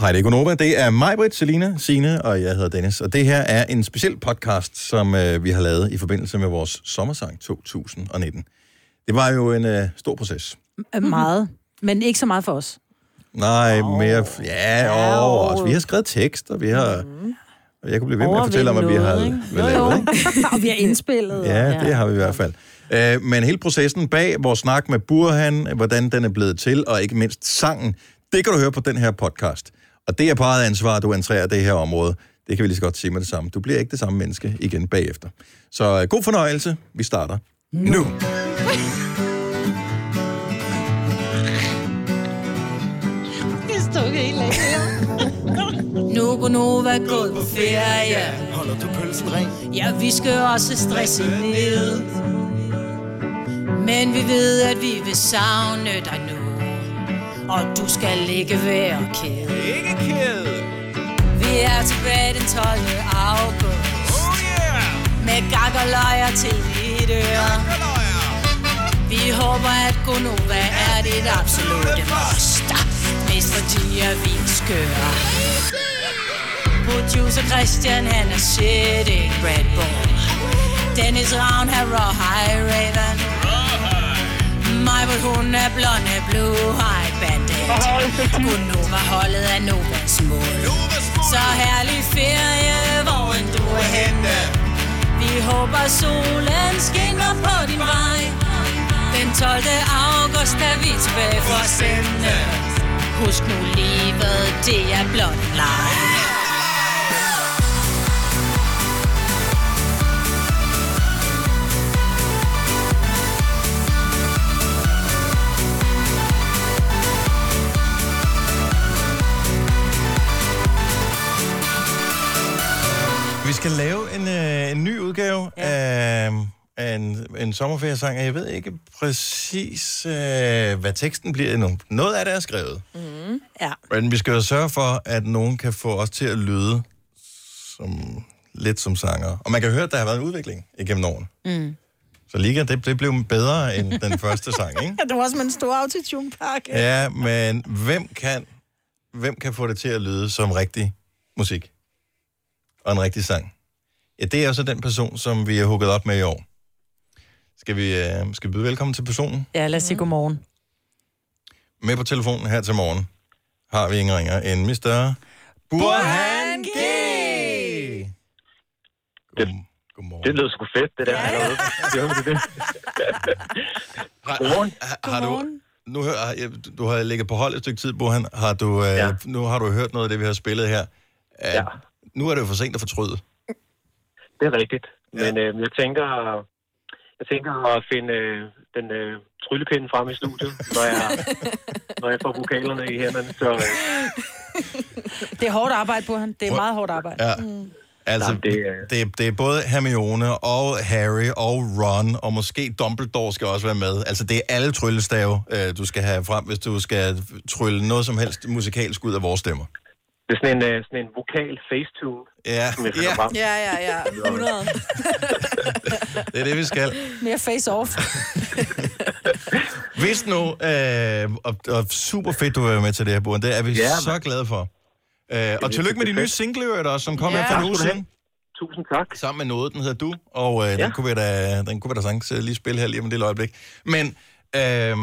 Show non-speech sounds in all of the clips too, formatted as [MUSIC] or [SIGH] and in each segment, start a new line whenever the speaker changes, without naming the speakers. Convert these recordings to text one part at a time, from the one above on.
Hej, det er Gunova. Det er mig, Britt, Selina, Sine og jeg hedder Dennis. Og det her er en speciel podcast, som øh, vi har lavet i forbindelse med vores sommersang 2019. Det var jo en øh, stor proces.
Øh, Meget. Men ikke så meget for os.
Nej, oh. mere... f- Ja, åh, oh. altså, vi har skrevet tekster, vi har... Og Jeg kunne blive ved med at fortælle om, at vi har
Overvinde noget,
vel lavet, ikke? [LAUGHS]
[LAUGHS] og vi har indspillet. og-
Ja, det har vi i hvert fald. Øh, men hele processen bag vores snak med Burhan, hvordan den er blevet til, og ikke mindst sangen, det kan du høre på den her podcast. Og det er på eget ansvar, at du entrerer det her område. Det kan vi lige så godt sige med det samme. Du bliver ikke det samme menneske igen bagefter. Så øh, god fornøjelse. Vi starter nu.
Det stod helt længe.
Nu går Nova gået på ferie.
Holder du pølsen ren?
Ja, vi skal også stresse ned. Men vi ved, at vi vil savne dig nu. Og du skal ikke være ked.
Ikke ked.
Vi er tilbage den 12. august.
Oh yeah.
Med gak og løjer til dit øre.
Halløjer.
Vi håber, at Gonova er dit absolute must. Mest fordi, at vi er skøre. Producer Christian, han er shit, ikke Red Bull. Dennis Ravn, han raw high raven. Mig, hvor hun er blonde, blue high bandit. Gonova holdet er Novas mål.
Novas mål.
Så herlig ferie, hvor end du er henne. Vi håber solen skinner på din vej Den 12. august er vi tilbage for at sende Husk nu livet, det er blot leg
Vi skal lave en, øh, en ny udgave ja. af, af en, en sommerferiesang, og jeg ved ikke præcis, øh, hvad teksten bliver endnu. Noget af det er skrevet.
Ja,
Men vi skal jo sørge for, at nogen kan få os til at lyde som, lidt som sanger. Og man kan høre, at der har været en udvikling igennem årene. Mm. Så Liga, det, det blev bedre end
[LAUGHS]
den første sang, ikke?
det var også med en stor autotune-pakke
Ja, men hvem kan, hvem kan få det til at lyde som rigtig musik? Og en rigtig sang? Ja, det er også den person, som vi har hugget op med i år. Skal vi, øh, skal vi byde velkommen til personen?
Ja, lad os sige godmorgen.
Med på telefonen her til morgen har vi ingen ringer end Mr. Burhan G.
Det-
Godm- Godmorgen.
Det lød sgu fedt, det der. Ja, ja. det. Godmorgen.
Har, har du, nu hør, har- jeg- du- du har ligget på hold et stykke tid, Burhan. Har du, øh, ja.
Ja.
Nu har du hørt noget af det, vi har spillet her. Uh,
Ja.
Nu er det jo for sent at fortryde.
Det er rigtigt. Men øh, jeg tænker jeg tænker at finde øh, den øh, tryllepinde frem i studiet, når jeg, [LAUGHS] når jeg får vokalerne i hænderne. Så øh,
Det er hårdt arbejde, Burhan. Det er meget hårdt arbejde.
Ja. Mm. Altså,
Jamen,
det,
det øh,
er...
er-
det, det er både Hermione og Harry og Ron, og måske Dumbledore skal også være med. Altså, det er alle tryllestave, øh, du skal have frem, hvis du skal trylle noget som helst musikalsk ud af vores stemmer.
det er sådan en, øh, sådan en vokal facetune,
Ja,
som jeg finder
ja
frem.
Ja, ja, ja. 100.
det er det, vi skal.
Mere face-off.
Hvis nu, øh, og, og super fedt, du er med til det her, Buren. Det er vi ja,
Ja, mand.
så glade for. Øh, og
virkelig
tillykke med de
fedt.
nye single i øvrigt også, som kom ja.
Ja.
her for en
Tak
uge
skal du have.
siden.
Tusind tak.
Sammen med noget, den hedder Du. Og øh, ja.
Ja.
den kunne vi da, den kunne vi da sagtens øh, lige spille her lige om et lille øjeblik. Men øh,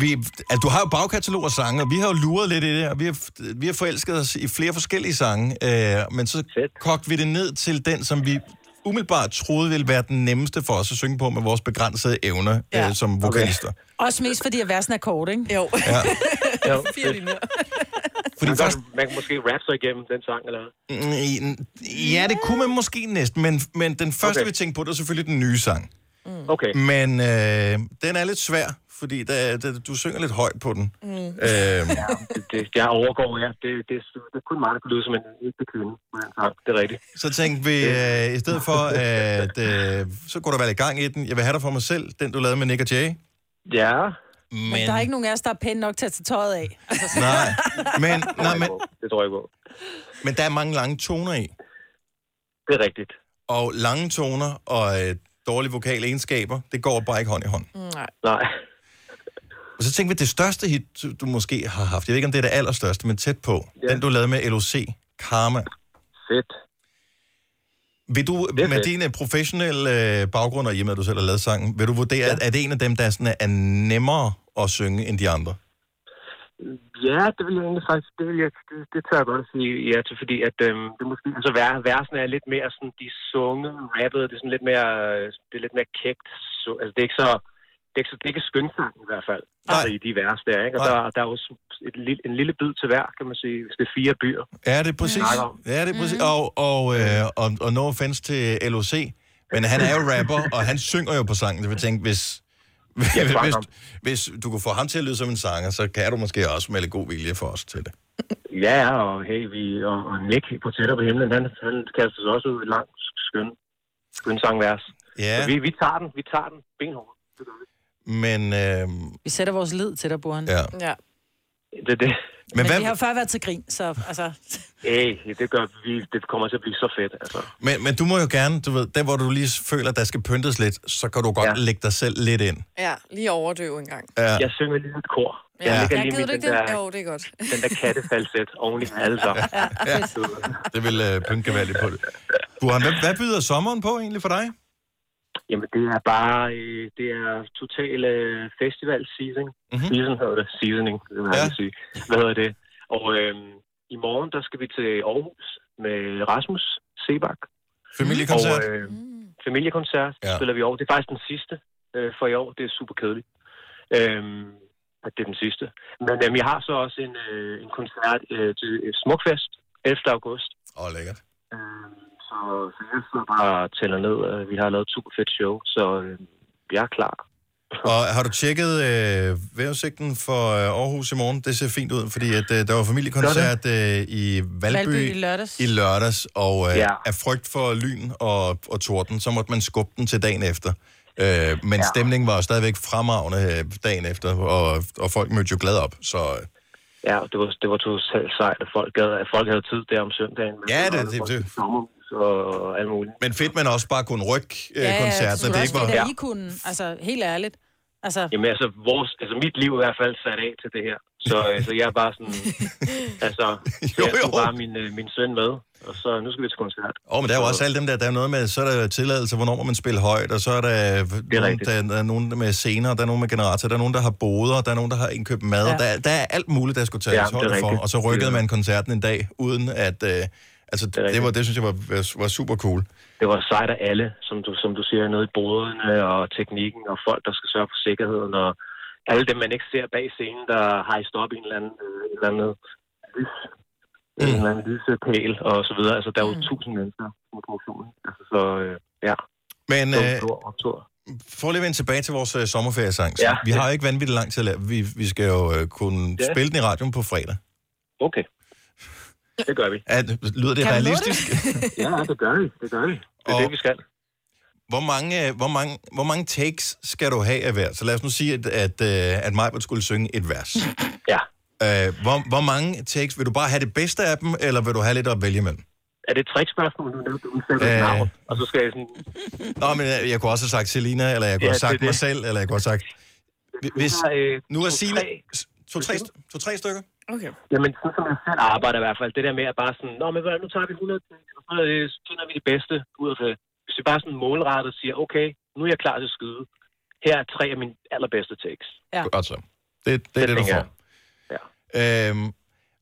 vi, altså, du har jo bagkatalog af sange, og vi har jo luret lidt i det, og vi har, vi har forelsket os i flere forskellige sange. Øh, men så
Fedt.
kogte vi det ned til den, som vi umiddelbart troede ville være den nemmeste for os at synge på med vores begrænsede evner ja.
Ja.
øh, som vokalister. Okay.
Også mest fordi, at versen er kort, ikke?
Jo.
Ja.
[LAUGHS] Ja,
Fire
fedt.
linjer.
Fordi
Man, kan,
først,
godt- man kan måske rappe sig igennem den sang, eller
Mm, Ja, det kunne man måske næsten, men, men den første, okay.
Okay.
vi tænkte på, det var selvfølgelig den nye sang.
Okay,
Men øh, den er lidt svær, fordi der, der, du synger lidt højt på den. Mm. Øh,
det, det, jeg overgår jer. Det, det, det er kun mig, der kan lyde som en ægte kvinde med en sang. Det er rigtigt.
så tænkte vi, øh, i stedet for, at øh, så går der være lidt gang i den. Jeg vil have dig for mig selv, den du lavede med Nick og Jay.
Ja,
Men,
Men der er ikke nogen af os, der er pæne nok til at tage tøjet af.
Nej, men,
[LAUGHS]
nej,
nej,
men,
det tror jeg på.
men der er mange lange toner i.
Det er rigtigt.
Og lange toner og øh, dårlige vokale egenskaber, det går bare ikke hånd i hånd.
Nej.
Nej.
Og så tænker vi, det største hit, du- du måske har haft, jeg ved ikke, om det er det allerstørste, men tæt på, ja. den du lavede med LOC, Karma.
Fedt.
Vil du,
Det er
med
fedt.
din øh, professionelle øh, baggrund, og i og med, at du selv har lavet sangen, vil du vurdere, ja. at er det en af dem, der sådan er nemmere at synge end de andre?
Ja, det vil jeg egentlig faktisk, det, vil jeg, det, det tør jeg godt at sige ja til, fordi at øhm, det måske, altså ver, versene er lidt mere sådan, de er sunget, rappet, det er sådan lidt mere, øh, det er lidt mere kægt, så, altså det er ikke så, det er ikke, så, det er ikke skønsang i hvert fald, altså i de vers der, ikke? Og
Nej.
der, der er jo et, lille- en lille bid til hver, kan man sige, hvis det er fire byer.
Ja, det er præcis.
snakker om.
Ja, det er præcis. Og, og, øh, og, og no offense til LOC, men han er jo rapper, og han synger jo på sangen, så vi tænkte, hvis, hvis,
fuck
hvis,
ham.
hvis du kunne få ham til at lyde som en sanger, så kan du måske også med lidt god vilje for os til det.
Ja, og hey, vi, og, og Nick på Tættere på himlen, han, han kaster sig også ud i et langt, skøn, skøn sangvers. Ja.
Ja,
Vi, vi tager den, vi tager den, benhårdt. Det gør vi.
men... Øh,
Vi sætter vores lid til dig, Burhan.
ja.
Ja.
Det er det.
Men,
Men,
hvad,
vi har jo før været til grin, så altså...
Hey, det gør vi, det kommer til at blive så fedt, altså.
men, men du må jo gerne, du ved, der hvor du lige føler, der skal pyntes lidt, så kan du godt ja.
Ja.
lægge dig selv lidt ind.
Ja, lige overdøv en gang.
Ja.
Jeg synger lige et kor.
Ja.
Jeg lægger
Ja,
lige
gider du
mit, øh, den,
ikke det?
der,
Jo, det er godt.
den der kattefalset altså. oven i alle så.
Ja. Det vil øh, pynte gevaldigt på det. Burhan, hvad, hvad byder sommeren på egentlig for dig?
Jamen, det er bare, øh, det er total øh, festival season.
Mhm.
Mm-hmm. Season hedder det. Seasoning, det vil jeg
Ja.
ja. sige. Hvad hedder det? Og øh, i morgen, der skal vi til Aarhus med Rasmus Sebak.
Familiekoncert?
Og øh,
Mm.
familiekoncert
Ja.
ja. spiller vi i år. Det er faktisk den sidste øh, for i år. Det er super kedeligt. Øhm, at det er den sidste. Men øhm, jeg har så også en, øh, en koncert øh, til øh, Smukfest 11. august.
Åh, oh, lækkert.
Øhm, så, så jeg sidder bare og tæller ned. Øh, Vi har lavet et super fedt show, så øh, jeg er klar.
Og har du tjekket øh, vejrudsigten for øh, Aarhus i morgen? Det ser fint ud, fordi at, øh, der var familiekoncert øh, i Valby,
Valby i
Valby
lørdags.
i lørdags, og øh, ja.
Ja.
af frygt for lyn og, og torden, så måtte man skubbe den til dagen efter. Øh, men ja.
Ja.
stemningen var stadigvæk fremragende øh, dagen efter, og, og folk mødte jo glad op. Så øh,
Ja, og det var, det var totalt sejt, at folk, havde, at folk havde tid der om søndagen. Men
Ja,
så
det-
var der
det-
folk
det-
i sommerhus Og, og alt muligt.
men fedt, man også bare kunne rykke øh, ja,
det
koncerten,
skulle
det
også
ikke
det,
var...
der
Ja.
I kunne. Altså, helt ærligt. Altså,
Jamen altså, vores, altså, mit liv er i hvert fald sat af til det her.
[LAUGHS]
Så altså, jeg er bare sådan... altså,
Jo,
jo, jeg tog
jo.
bare min, øh, min søn med, og så nu skal vi til koncert.
Åh, oh, men der er jo også alle dem der, der er noget med, så er der tilladelse, hvornår må man spille højt, og så er der, øh, nogen,
rigtigt.
der, der er nogen med scener, der er nogen med generator, der er nogen, der har boder, der er nogen, der har indkøbt mad, ja.
Ja.
der, der er alt muligt, der skulle tages
Ja, det er
højde for,
rigtigt.
og så rykkede
Det er-
man koncerten en dag, uden at, øh, altså det, det,
rigtigt.
var, det synes jeg var, var super cool.
Det var sejt af alle, som du, som du siger, nede i boderne og teknikken, og folk, der skal sørge for sikkerheden, og alle dem, man ikke ser bag scenen, der hejst op i en eller anden, øh, en eller anden lys,
Mm.
en eller anden lysepæl, og så videre. Altså, der er jo
Mm.
tusind mennesker på produktionen. Altså, så øh, ja,
Men
det var en
øh,
stor optur.
for at lige vende tilbage til vores øh, sommerferiesang,
Ja.
ja. vi har jo ikke vanvittigt lang tid at lave, vi, vi skal jo øh, kunne
Ja.
spille den i radioen på fredag.
Okay. Det
[LAUGHS]
gør vi.
At, lyder det
Kan vi nå
realistisk?
Ja, det gør vi. Det gør vi. Det er
Og-
det, vi skal.
[LAUGHS] Hvor mange, øh, hvor, mange, hvor mange takes skal du have af hver? Så lad os nu sige, at, at, øh, at Majbert skulle synge et vers.
[LAUGHS] Ja.
Øh, hvor, hvor mange takes? Vil du bare have det bedste af dem, eller vil du have lidt at vælge imellem?
Er det et trickspørgsmål, du nævnte udsætter
Øh.
øh... navn? Og så skal jeg sådan...
Nå, men øh, jeg, jeg kunne også have sagt Selina, eller jeg kunne
Ja,
ja, have
det er
sagt mig
det.
selv, eller jeg kunne have sagt... Hvis,
Så, øh,
nu er
to,
Sina...
tre.
To-tre to, tre stykker?
Okay.
Jamen, sådan som jeg selv arbejder i hvert fald. Det der med at bare sådan... Nå, men hvad, nu tager vi 100 ting, og så øh, så finder vi det bedste ud af det. Hvis vi bare sådan målrettet siger, okay, nu er jeg klar til at skyde. Her er tre af mine allerbedste takes.
Godt så. Det, det er det,
Det
du
tænker
får. Ja. Øhm,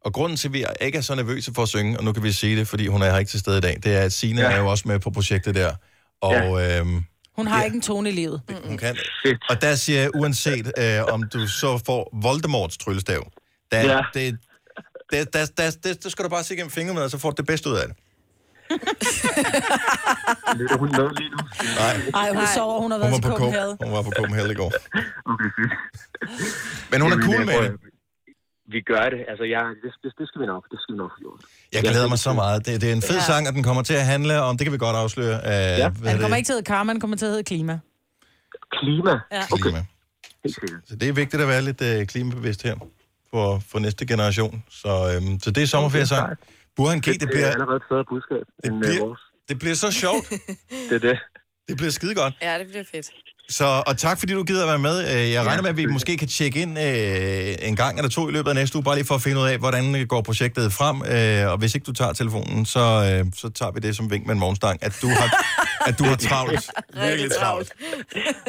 og grunden til, at vi ikke er så nervøse for at synge, og nu kan vi sige det, fordi hun er her ikke til stede i dag, det er, at Sina ja.
Ja.
er jo også med på projektet der. Og øhm,
hun har ikke en tone i livet.
hun kan...
Fedt.
Og der siger jeg, uanset øh, om du så får Voldemorts tryllestav, der, ja.
Ja.
det, det, der, der, det, det skal du bare se gennem fingrene med, og så får du det bedste ud af det.
Lytter hun med lige nu?
Nej,
Ej, hun sover, hun har
hun
været
var
til
på,
Copenhagen.
Copenhagen. hun var på Copenhagen i går. Men hun er
Jamen,
cool
jeg
med
tror,
det.
jeg- Vi gør det. Altså, jeg, det, det, det, skal vi nok. Det skal vi nok få gjort.
Jeg glæder mig så meget. Det, det er en fed
Ja.
sang, og den kommer til at handle om, det kan vi godt afsløre, øh, ja. hvad
Han
det
kommer ikke til at hedde Karma, han kommer til at hedde Klima.
Klima.
Ja.
klima.
Helt sikkert.
Så det er vigtigt at være lidt øh, klimabevidst her for, for næste generation. Så, øhm, så det er sommerferiesang. Burhan G, det
Det er
bliver,
allerede et bedre budskab end øh,
bliver-
vores.
det bliver så sjovt.
Det er det.
Det bliver skide godt.
Ja, det bliver fedt.
Så, og tak fordi du gider at være med. Øh, Jeg regner med, at vi måske kan tjekke ind øh, en gang eller to i løbet af næste uge, bare lige for at finde ud af, hvordan øh, går projektet frem. Øh, og hvis ikke du tager telefonen, så, øh, så tager vi det som vink med en morgenstang, at du har, at du har travlt.
Virkelig travlt.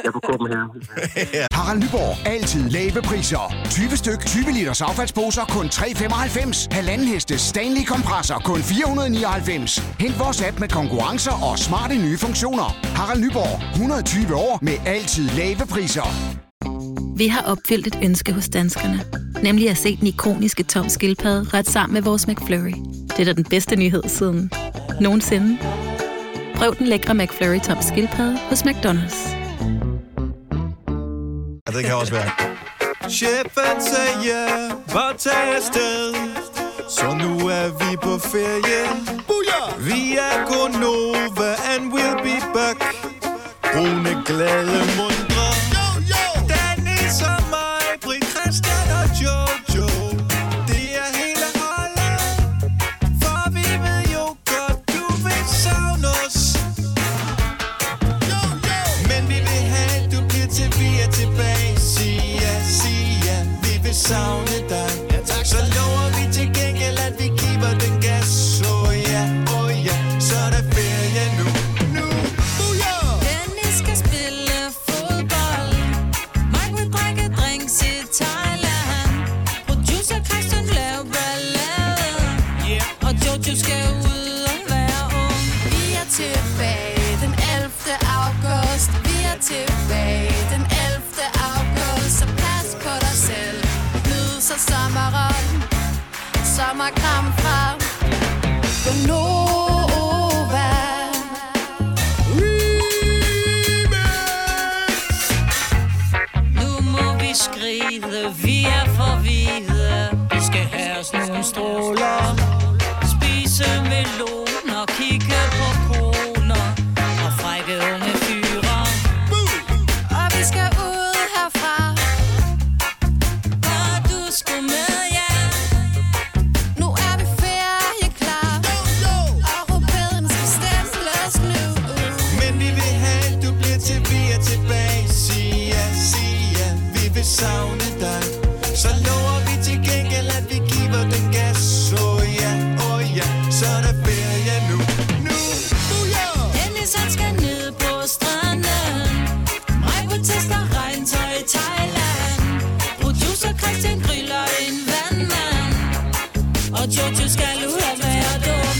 Jeg kunne komme her.
[LAUGHS]
Harald Nyborg. Altid lave priser. 20 styk, 20 liters affaldsposer kun 3,95. Halvanden heste Stanley kompresser kun 499. Hent vores app med konkurrencer og smarte nye funktioner. Harald Nyborg. 120 år med altid lave priser.
Vi har opfyldt et ønske hos danskerne. Nemlig at se den ikoniske tom skildpadde ret sammen med vores McFlurry. Det er da den bedste nyhed siden nogensinde. Prøv den lækre McFlurry tom skildpadde hos McDonald's.
Ja, det kan også være.
Chefen sagde, hvor tag afsted. Så nu er vi på ferie. Booyah! Vi er kun Nova, and we'll be back. Brune, glade, mundre. Yo, yo! Dennis og mig, Britt, Christian og Jojo. Det er hele holdet. For vi ved jo godt, du vil savne os. Men vi vil have, du bliver til, vi er tilbage. Sig ja, sig ja, vi vil savne dig. Ja, tak, så lover vi til gengæld, at vi giver den gas. Oh ja, oh ja, så er der ferie nu. Nu, booyah!
Dennis skal spille fodbold. Mike vil drikke drinks i Thailand. Producer Christian laver ballade. Og Jojo skal ud og være ung. Vi er tilbage den 11. august. Vi er tilbage den 11. august. Så pas på dig selv. Nyd så sommeren. Sommerkram fra Gonova. Nu må vi skride, vi er forvirrede. Vi skal have os nogle stråler. Spise meloner, kigge på koner og frække unge fyre. Og vi skal ud herfra. Og du skulle med, ja. Nu er vi ferieklar. Og rubellen skal stemples nu.
Men vi vil have, du bliver til, vi er tilbage. Sig ja, sig ja, vi vil savne dig. Så lover vi til gengæld, at vi giver den gas. Oh ja, oh ja, så er der ferie nu. Nu, booyah!
Dennis han skal ned på stranden Mig på tester regntøj i Thailand Producer Christian griller en vandmand Og Jojo skal ud og være dum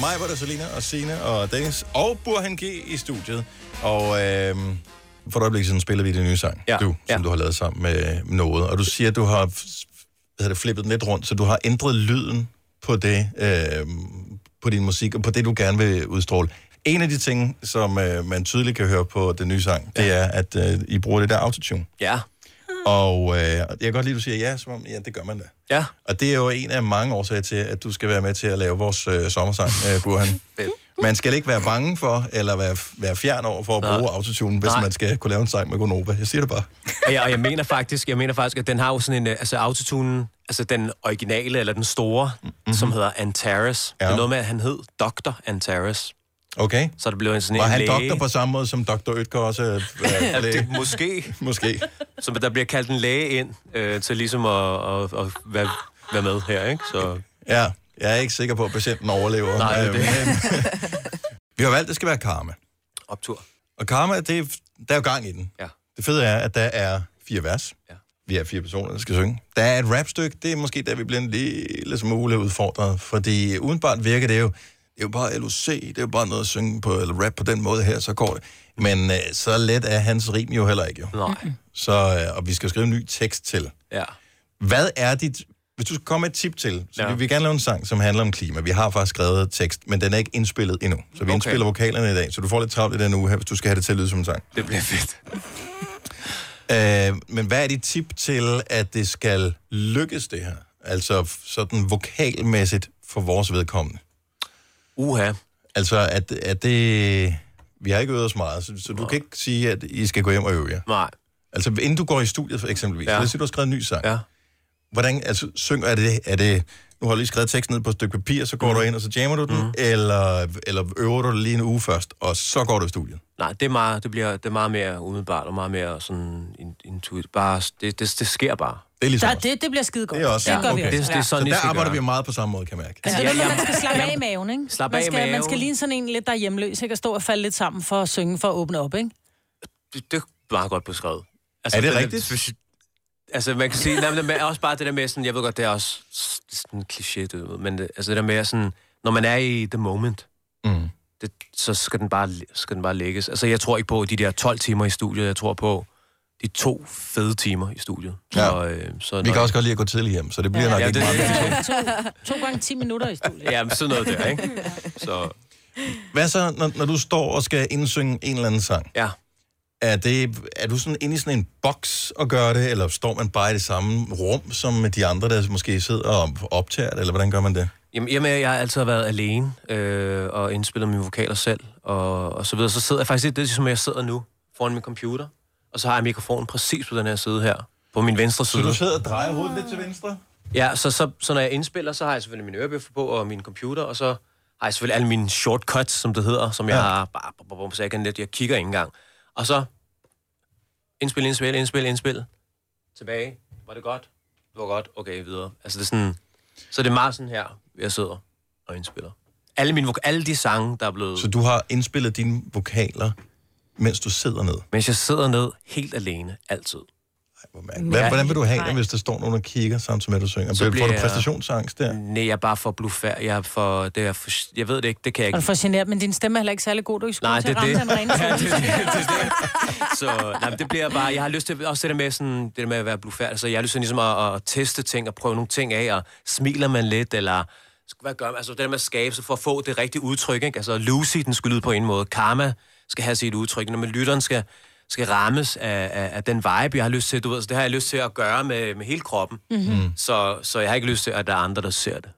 Mig var der Selina og Sine og Dennis og Burhan G i studiet. Og øh, for et øjeblik siden spillede vi din nye sang,
Ja.
du, som
Ja.
du har lavet sammen med noget. Og du siger, at du har f- hvad hedder det, flippet den lidt rundt, så du har ændret lyden på det, øh, på din musik og på det, du gerne vil udstråle. En af de ting, som øh, man tydeligt kan høre på den nye sang, ja. det er, at øh, I bruger det der autotune.
Ja,
Og øh, jeg kan godt lide, at du siger ja, som om, ja, det gør man da.
ja.
Og det er jo en af mange årsager til, at du skal være med til at lave vores øh, sommersang, øh, Burhan. Man skal ikke være bange for, eller være, være fjern over for at bruge autotune, hvis
Nej.
man skal kunne lave en sang med Gonova. Jeg siger det bare.
Og jeg, og jeg mener faktisk, jeg mener faktisk, at den har jo sådan en, øh, altså autotunen, altså den originale, eller den store, mm-hmm. som hedder Antares. Ja. Det
Ja.
er noget med, at han hed Dr. Antares.
Okay?
Så det blev en sådan
Var
en
han
læge.
doktor på samme måde, som Dr. Ytker også øh,
Ja,
er
det,
læge?
måske.
Måske.
Så der bliver kaldt en læge ind øh, til ligesom at, at, at være, være med her, ikke? Så
Ja. Jeg er ikke sikker på, at patienten overlever.
Nej, det er
Øh,
det.
men- [LAUGHS] Vi har valgt, at det skal være karma.
optur.
Og karma, det, er- der er jo gang i den.
Ja.
Det fede er, at der er fire vers.
Ja.
Vi er fire personer, der skal synge. Der er et rapstykke, det er måske der, vi bliver en lille smule udfordret, fordi udenbart virker det jo, det er jo bare LOC, det er jo bare noget at synge på, eller rap på den måde her, så går det. Men øh, så let er hans rim jo heller ikke, jo.
Nej.
Så, øh, og vi skal skrive en ny tekst til.
Ja.
Hvad er dit... Hvis du skal komme med et tip til, så
Ja.
ja. vi vil gerne lave en sang, som handler om klima. Vi har faktisk skrevet tekst, men den er ikke indspillet endnu. Så vi
Okay.
okay. indspiller vokalerne i dag, så du får lidt travlt i den uge her, hvis du skal have det til at lyde som en sang.
Det bliver fedt.
Øh, men hvad er dit tip til, at det skal lykkes det her? Altså f- sådan vokalmæssigt for vores vedkommende.
Uha.
Altså, at, at det... Vi har ikke øvet os meget, så, så du kan ikke sige, at I skal gå hjem og øve jer.
Nej.
Altså, inden du går i studiet, for eksempelvis, ja. så siger du har skrevet en ny sang.
Ja.
Hvordan, altså, synger, er det, er det, nu har jeg lige skrevet teksten ned på et stykke papir, så går mm. du ind, og så jammer du den, mm. eller, eller øver du det lige en uge først, og så går du i studiet?
Nej, det, er meget, det, bliver, det er meget mere umiddelbart og meget mere sådan in- intuit. Bare, det, det, det sker bare.
Det er ligesom
Der, det, det bliver skide godt.
Det er også.
det gør vi også.
Det, det er sådan,
Så
I
der
skal
arbejder
gøre.
vi meget på samme måde, kan jeg mærke.
Altså,
Ja,
ja, det er noget,
jamen.
man skal slappe af i maven, ikke?
Slap
man
af i
skal, Man skal
maven.
ligne sådan en lidt, der er hjemløs, ikke? Og stå og falde lidt sammen for at synge, for at åbne op, ikke?
det, det er meget godt beskrevet. Altså,
Er det
den
rigtigt?
speci- altså, man kan sige, nej, men det er også bare det der med sådan, jeg ved godt, det er også s- sådan en kliché, du ved, men det, altså det der med sådan, når man er i the moment,
Mm.
det, så skal den, bare, skal den bare lægges. Altså, jeg tror ikke på de der 12 timer i studiet, jeg tror på de to fede timer i studiet.
Ja.
Så, øh, så
Vi kan også godt lide at gå tidligt hjem, så det bliver ja, nok
ja,
ikke
det-
meget.
det-
To gange 10 minutter i studiet.
Ja, men sådan noget der, ikke? Så,
Hvad så, når, når du står og skal indsynge en eller anden sang?
ja.
Er, det, er du sådan inde i sådan en boks og gør det, eller står man bare i det samme rum som de andre, der måske sidder og optager det, eller hvordan gør man det?
Jamen, jamen, jeg har altid været alene øh, og indspillet mine vokaler selv og, og så videre. Så sidder jeg faktisk lidt det, som jeg sidder nu foran min computer, og så har jeg mikrofonen præcis på den her side her, på min venstre
Så
side.
du sidder og drejer hovedet lidt til venstre?
Ja, så, så, så når jeg indspiller, så har jeg selvfølgelig mine ørebøffer på og min computer, og så har jeg selvfølgelig alle mine shortcuts, som det hedder, som jeg
Ja.
har bare, bum, bum, bum, så jeg kan lidt, jeg kigger ikke engang. Og så indspil, indspil, indspil, indspil. Tilbage. Var det godt? Det var godt. Okay, videre. Altså det er sådan, så det er meget sådan her, jeg sidder og indspiller. Alle, mine, vok- alle de sange, der er blevet...
Så
Så...
du har indspillet dine vokaler, mens du sidder ned?
Mens jeg sidder ned helt alene, altid.
Ej, hvor mærkeligt. Hvad, hvordan vil du have det, hvis der står nogen og kigger samtidig med, at du synger? Så bliver... Mm. Får
bliver
du
jeg-
præstationsangst der?
Nej, jeg er bare for blufærd. Jeg er for... Det er for... Jeg ved det ikke, det kan jeg ikke.
Og du får generet, men din stemme er heller ikke særlig god. Du er ikke
Nej,
skulle til at
det er
ramme
det.
den rene
[LAUGHS]
tone.
det, det, det. Så nej, men det bliver bare... Jeg har lyst til også det der med, sådan, det der med at være blufærd. Så jeg har lyst til ligesom at, at, teste ting og prøve nogle ting af, og smiler man lidt, eller hvad gør man? Altså det der med at skabe, så for at få det rigtige udtryk, ikke? Altså Lucy, den skal lyde på en måde. Karma skal have sit udtryk. Når man lytteren skal, skal rammes af, af, af, den vibe, jeg har lyst til, du ved, så det har jeg lyst til at gøre med, med hele kroppen. Mm-hmm. Så, så jeg har ikke lyst til, at der er andre, der ser det.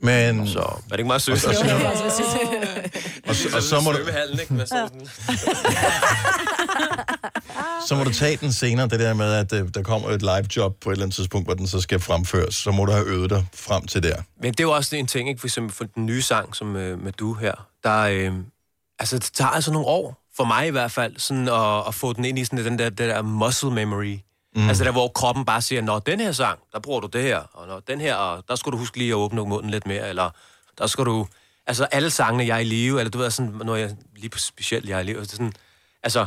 Men,
Så er det ikke meget sødt?
Mm. så-
Det er
[LAUGHS]
altså, hvis jeg siger det.
og, så, og så, må du,
Svømmehallen, ikke? Med sådan-
så må du tage den senere, det der med, at øh, der kommer et live job på et eller andet tidspunkt, hvor den så skal fremføres. Så må du have øvet dig frem til der.
Men det er jo også en ting, ikke? For eksempel for den nye sang, som øh, med du her, der, øh, altså, det tager altså nogle år, for mig i hvert fald, sådan at, at få den ind i sådan den der, det der muscle memory. Mm. Altså der, hvor kroppen bare siger, når den her sang, der bruger du det her, og når den her, og der skal du huske lige at åbne munden lidt mere, eller der skal du, altså alle sangene, jeg er i live, eller du ved, sådan, når jeg, lige på specielt, jeg er i live, så det er sådan, altså,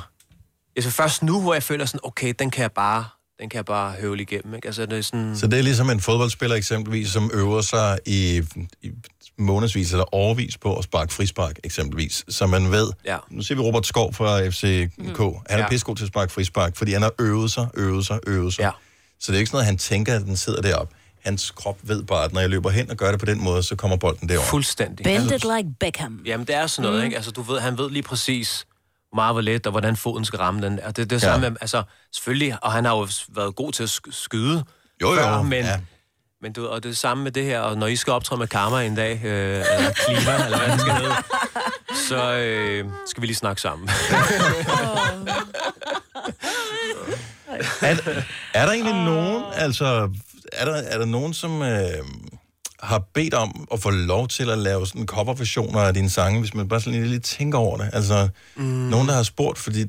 altså først nu, hvor jeg føler sådan, okay, den kan jeg bare, den kan jeg bare høvle igennem, ikke? Altså det er sådan,
Så det er ligesom en fodboldspiller eksempelvis, som øver sig i, i månedsvis eller overvis på at sparke frispark eksempelvis. Så man ved,
Ja.
nu ser vi Robert Skov fra FCK, mm. han er ja.
Ja.
pissegod til at sparke frispark, fordi han har øvet sig, øvet sig, øvet sig.
Ja.
Så det er ikke sådan noget, han tænker, at den sidder deroppe. Hans krop ved bare, at når jeg løber hen og gør det på den måde, så kommer bolden derover.
fuldstændig.
Bend it like Beckham.
Jamen, det er sådan noget, mm. ikke? Altså, du ved, han ved lige præcis hvor meget hvor let, og hvordan foden skal ramme den. Og det, det er
Ja.
samme, ja. altså, selvfølgelig, og han har jo s- været god til at sk- skyde
Jo, jo,
før, men,
ja.
men du, ved, og det er samme med det her, og når I skal optræde med Karma en dag, øh, eller Klima, eller hvad det skal hedde, så øh, skal vi lige
[LAUGHS]
snakke sammen.
Er, er der egentlig nogen, altså, er der, er der nogen, som øh, har bedt om at få lov til at lave sådan coverversioner af dine sange, hvis man bare sådan lige, lige tænker over det? Altså, mm. nogen, der har spurgt, fordi nu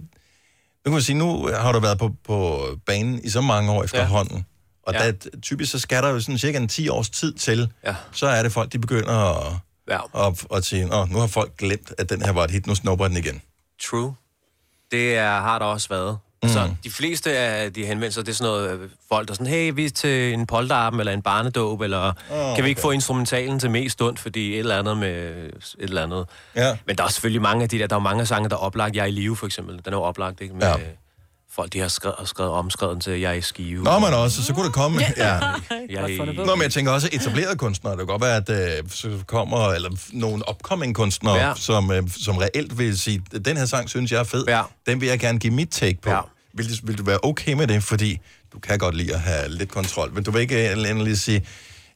kan man sige, nu har du været på, på banen i så mange år efterhånden, ja. og ja.
Ja.
der, typisk så skal der jo sådan cirka en 10 års tid til,
Ja.
så er det folk, de begynder at,
Ja,
at, at sige, Åh, nu har folk glemt, at den her var et hit, nu snupper jeg den igen.
true. Det er, har der også været. Mm. Så de fleste af de henvendelser, det er sådan noget øh, folk, der er sådan, hey, vi er til en polterappen eller en barnedåb, eller oh,
Ah,
kan vi ikke få instrumentalen til mest stund, fordi et eller andet med øh, et eller andet.
Ja.
Men der er selvfølgelig mange af de der, der er jo mange af sange, der er oplagt. Jeg er i live, for eksempel. Den er jo oplagt, ikke? Med
Ja.
ja. folk, de har skrevet, og skrevet omskrevet den til, jeg er i skive.
Nå, men også, så kunne det komme. Ja.
jeg er i...
Nå, men jeg tænker også etablerede kunstnere. Det kan godt være, at øh, så kommer eller nogle opkommende kunstnere, ja.
Ja.
som, øh, som reelt vil sige, den her sang synes jeg er fed,
Ja.
den vil jeg gerne give mit take på.
Ja.
Vil, det- vil du være okay med det? Fordi du kan godt lide at have lidt kontrol, men du vil ikke øh, endelig sige,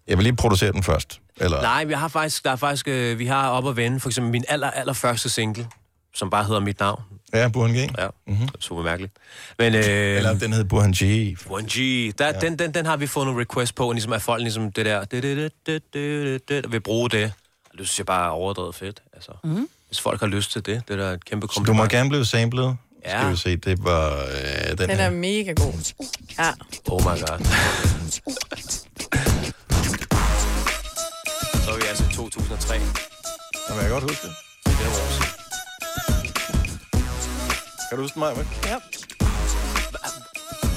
jeg vil lige producere den først. Eller,
Nej, vi har faktisk, der er faktisk, øh, vi har op at vende, for eksempel min aller, aller første single, som bare hedder mit navn.
Ja, Burhan G.
Ja, mm-hmm. super mærkeligt. Men, øh,
Mhm. Eller den hed Burhan G.
1G, der, ja. den, den, den har vi fået nogle request på, ligesom at folk ligesom det der, det, det, det, det, det, det, det, vil bruge det. Og Det synes jeg bare er overdrevet fedt. Altså. Mm. Hvis folk har lyst til det, det er da et kæmpe
Så du må
kompliment.
gerne blive samlet. Ja.
Ja.
Skal vi se, det var øh, den
Den er
her.
mega god. Ja.
Oh my god. Så er vi altså i 2003. Det
Jamen, jeg kan godt huske det.
er nogle år siden.
Kan du huske mig, hvad?
ja.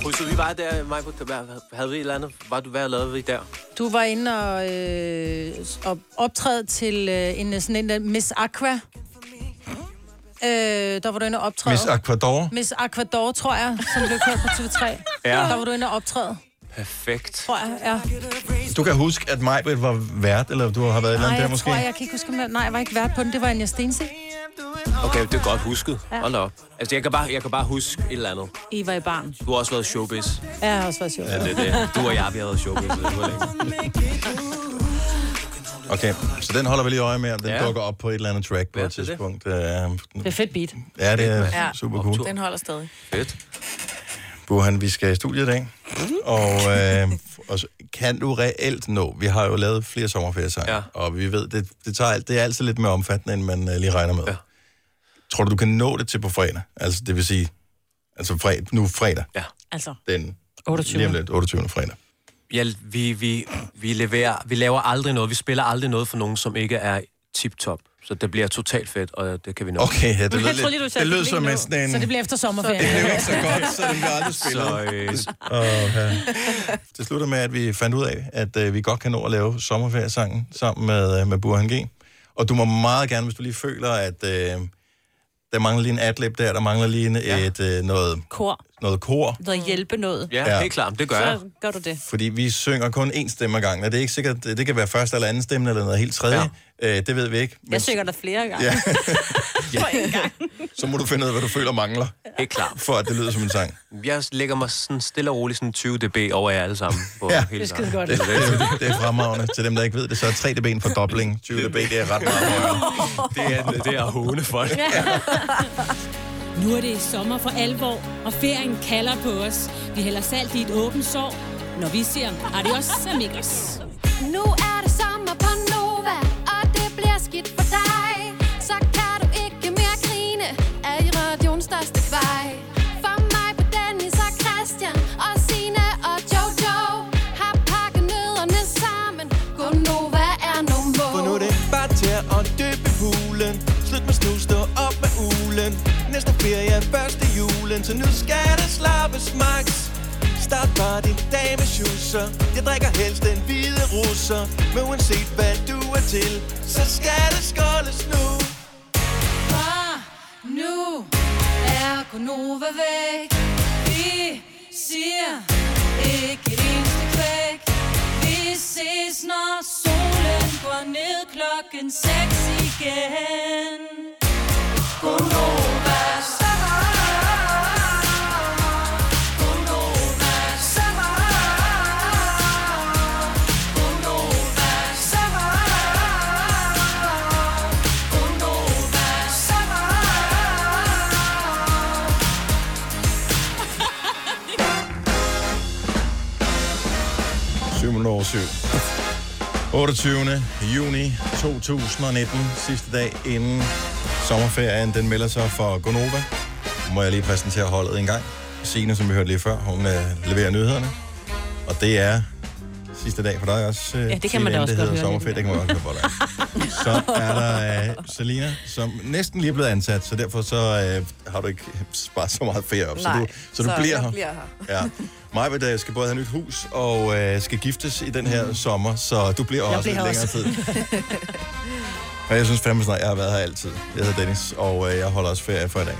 Krydsede vi bare der, Michael? Hvad- Havde vi et eller andet? Hvad, hvad lavede vi der?
Du var inde og, øh, og optræde til øh, en sådan en der Miss Aqua. Øh, der var du inde og optræde.
Miss Aquador.
Miss Aquador, tror jeg, som blev kørt på TV3.
Ja.
Der var du inde og optræde,
Perfekt.
tror jeg. Ja.
Du kan huske, at mig var vært, eller du har været et eller
Nej,
andet der
jeg
måske?
tror, jeg kan ikke huske, om jeg... Nej, jeg var ikke vært på den. Det var Anja Stensik.
Okay, det er godt husket. Hold da op. Altså, jeg kan, bare, jeg kan bare huske et eller andet.
I var i barn.
Du har også været i showbiz.
Ja, jeg har også været sjov.
Det, er det. Du og jeg, vi har været i showbiz. Det var længe.
Okay, så den holder vi lige øje med, om den ja.
Ja.
dukker op på et eller andet track på
Ja,
et
det er det.
tidspunkt. Øh, Ja,
Det er fedt beat.
det er
Ja.
super cool.
Den holder stadig.
Fedt.
Burhan, vi skal i studiet i dag. Og, øh, og så kan du reelt nå? Vi har jo lavet flere sommerferiesange, ja.
Ja.
og vi ved, det, det, tager, alt- det er altid lidt mere omfattende, end man øh, lige regner med. Ja.
Ja.
Tror du, du kan nå det til på fredag? Altså, det vil sige, altså fred, nu fredag,
Ja.
Altså,
den
28.
lige om lidt, 28. fredag.
ja vi, vi, vi, leverer, vi laver aldrig noget. Vi spiller aldrig noget for nogen, som ikke er tip-top. Så det bliver totalt fedt, og det kan vi nå.
Okay, ja, det lød,
troede lige,
lidt,
du sagde,
det
at
lød
det
som
lige
en
nå.
sådan en...
Så det bliver efter sommerferien.
Det blev ikke så godt, så den blev aldrig spillet.
Så, øh,
Det slutter med, at vi fandt ud af, at øh, vi godt kan nå at lave sommerferiesangen sammen med, øh, med Burhan G. Og du må meget gerne, hvis du lige føler, at øh, der mangler lige en adlib der, der mangler lige en, ja. et, øh, noget,
Kor.
noget kor,
Noget hjælpe noget.
ja,
Ja.
helt klart. Det gør jeg.
Så gør du det.
fordi vi synger kun én stemme ad gangen, og det er ikke sikkert, det kan være første eller anden stemme eller noget helt tredje. Ja. Øh, det ved vi ikke. Men
Jeg synger dig flere gange.
Ja.
Ja. For en gang.
så må du finde ud af, hvad du føler mangler,
Helt klart.
for at det lyder som en sang.
Jeg lægger mig sådan stille og roligt sådan 20 dB over jer alle sammen. På
Ja.
ja,
Det
hele
er skide
sangen.
godt.
Det, det, det er fremragende. Til dem, der ikke ved det, så er 3 dB en fordobling. 20 dB, det er ret meget. højere.
Det er, det er at håne folk.
Nu er det sommer for alvor, og ferien kalder på os. Vi hælder salt i et åbent sår, når vi siger adios amigos.
Nu er det sommer på Nova, og det bliver skidt for dig. Så kan du ikke mere grine af i radioens største kvej. For mig på Dennis og Christian og Sine og Jojo har pakket nødderne sammen. Gonova er nummer.
For nu er det bare til at døbe hulen Slut med snu, stå op med ulen Næste ferie, første julen Så nu skal det slappes max Start bare din dag med schusser Jeg drikker helst den hvide russer Men uanset hvad du er til Så skal det skåles nu
Fra nu er Gonova væk. Vi siger ikke et eneste kvæk. Vi ses, når solen går ned klokken 6 igen. Gonova. Gonova. Gonova. Gonova.
Syv minutter over syv. 28. juni 2019, sidste dag inden sommerferien, den melder sig for Gonova. Nu må jeg lige præsentere holdet en gang. Signe, som vi hørte lige før, hun øh, leverer nyhederne. Og det er sidste dag for dig også. Øh,
Ja, det kan man da
Signe,
også
det
godt
hedder
høre
sommerferie, det kan man også høre for
[LAUGHS]
dig. Så er der øh, Selina, som næsten lige er blevet ansat, så derfor så øh, har du ikke sparet så meget ferie op. så
Nej,
du, så du bliver
jeg
her.
bliver her.
Ja. Maja vil, øh, skal både have nyt hus og øh, skal giftes i den her mm. sommer, så du bliver også
bliver
lidt
her
længere tid. og jeg synes fandme snart, jeg har været her altid. Jeg hedder Dennis, og øh, jeg holder også ferie for i dag.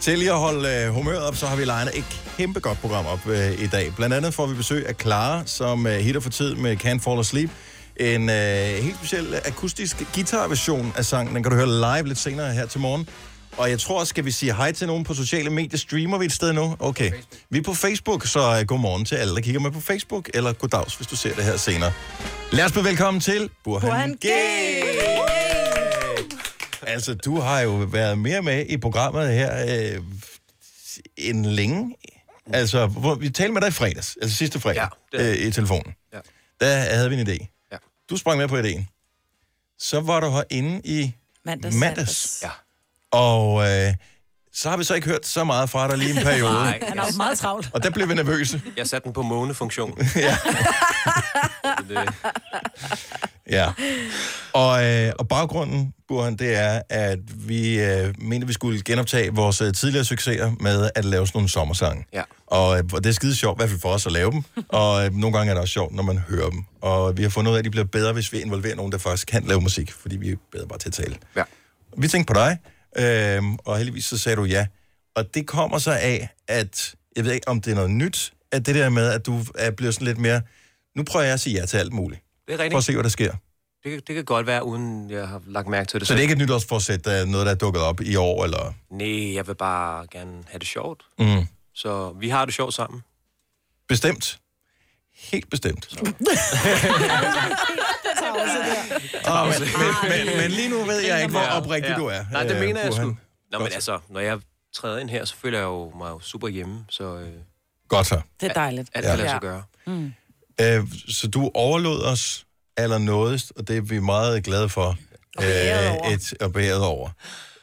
Til lige at holde øh, humøret op, så har vi legnet et kæmpe godt program op øh, i dag. Blandt andet får vi besøg af Clara, som øh, hitter for tid med Can't Fall Asleep. En øh, helt speciel akustisk guitarversion af sangen. Den kan du høre live lidt senere her til morgen. Og jeg tror også, skal vi sige hej til nogen på sociale medier? Streamer vi et sted nu? Okay. Vi er på Facebook, så øh, god morgen til alle, der kigger med på Facebook. Eller goddags, hvis du ser det her senere. Lad os blive velkommen til Burhan, Burhan
Burhan
G.
G.
G. altså, du har jo været mere med i programmet her øh, end længe. Altså, hvor, vi talte med dig i fredags, altså sidste fredag, ja, øh, i telefonen.
Ja.
Der havde vi en idé.
Ja.
Du sprang med på idéen. Så var du herinde i
Mandags.
mandags.
Ja.
Og øh, så har vi så ikke hørt så meget fra dig lige
[LAUGHS]
en periode.
Nej. Han har jo
meget travlt.
Og der blev vi nervøse.
Jeg satte den på månefunktion.
ja.
Det,
Ja. Og, øh, og baggrunden, Burhan, det er, at vi øh, mente, vi skulle genoptage vores øh, tidligere succeser med at lave sådan nogle sommersange.
Ja.
Og, øh, og det er skide sjovt, i hvert fald for os at lave dem. Og øh, nogle gange er det også sjovt, når man hører dem. Og vi har fundet ud af, at de bliver bedre, hvis vi involverer nogen, der faktisk kan lave musik, fordi vi er bedre bare til at tale.
Ja.
Vi tænkte på dig, øh, og heldigvis så sagde du ja. Og det kommer så af, at jeg ved ikke, om det er noget nyt, at det der med, at du er blevet sådan lidt mere, nu prøver jeg at sige ja til alt muligt.
Det er rigtigt.
For at se, hvad der sker.
det, kan- det kan godt være, uden jeg har lagt mærke til det.
Så det er ikke et nytårsforsæt, der er noget, der er dukket op i år, eller...
Nej, jeg vil bare gerne have det sjovt.
Mm.
Så vi har det sjovt sammen.
Bestemt. Helt
[LAUGHS]
bestemt. Oh, men, men, men, men lige nu ved jeg ikke, hvor oprigtig du er.
Nej, det
øh,
mener jeg
Burhan.
sgu. Nå, men altså, når jeg træder ind her, så føler jeg jo mig jo super hjemme, så... Øh,
Godt så.
Det er dejligt.
Alt kan lade sig gøre.
Mm.
Øh, så du overlod os allernådest, og det er vi meget glade for. Og øh, et og beæret over.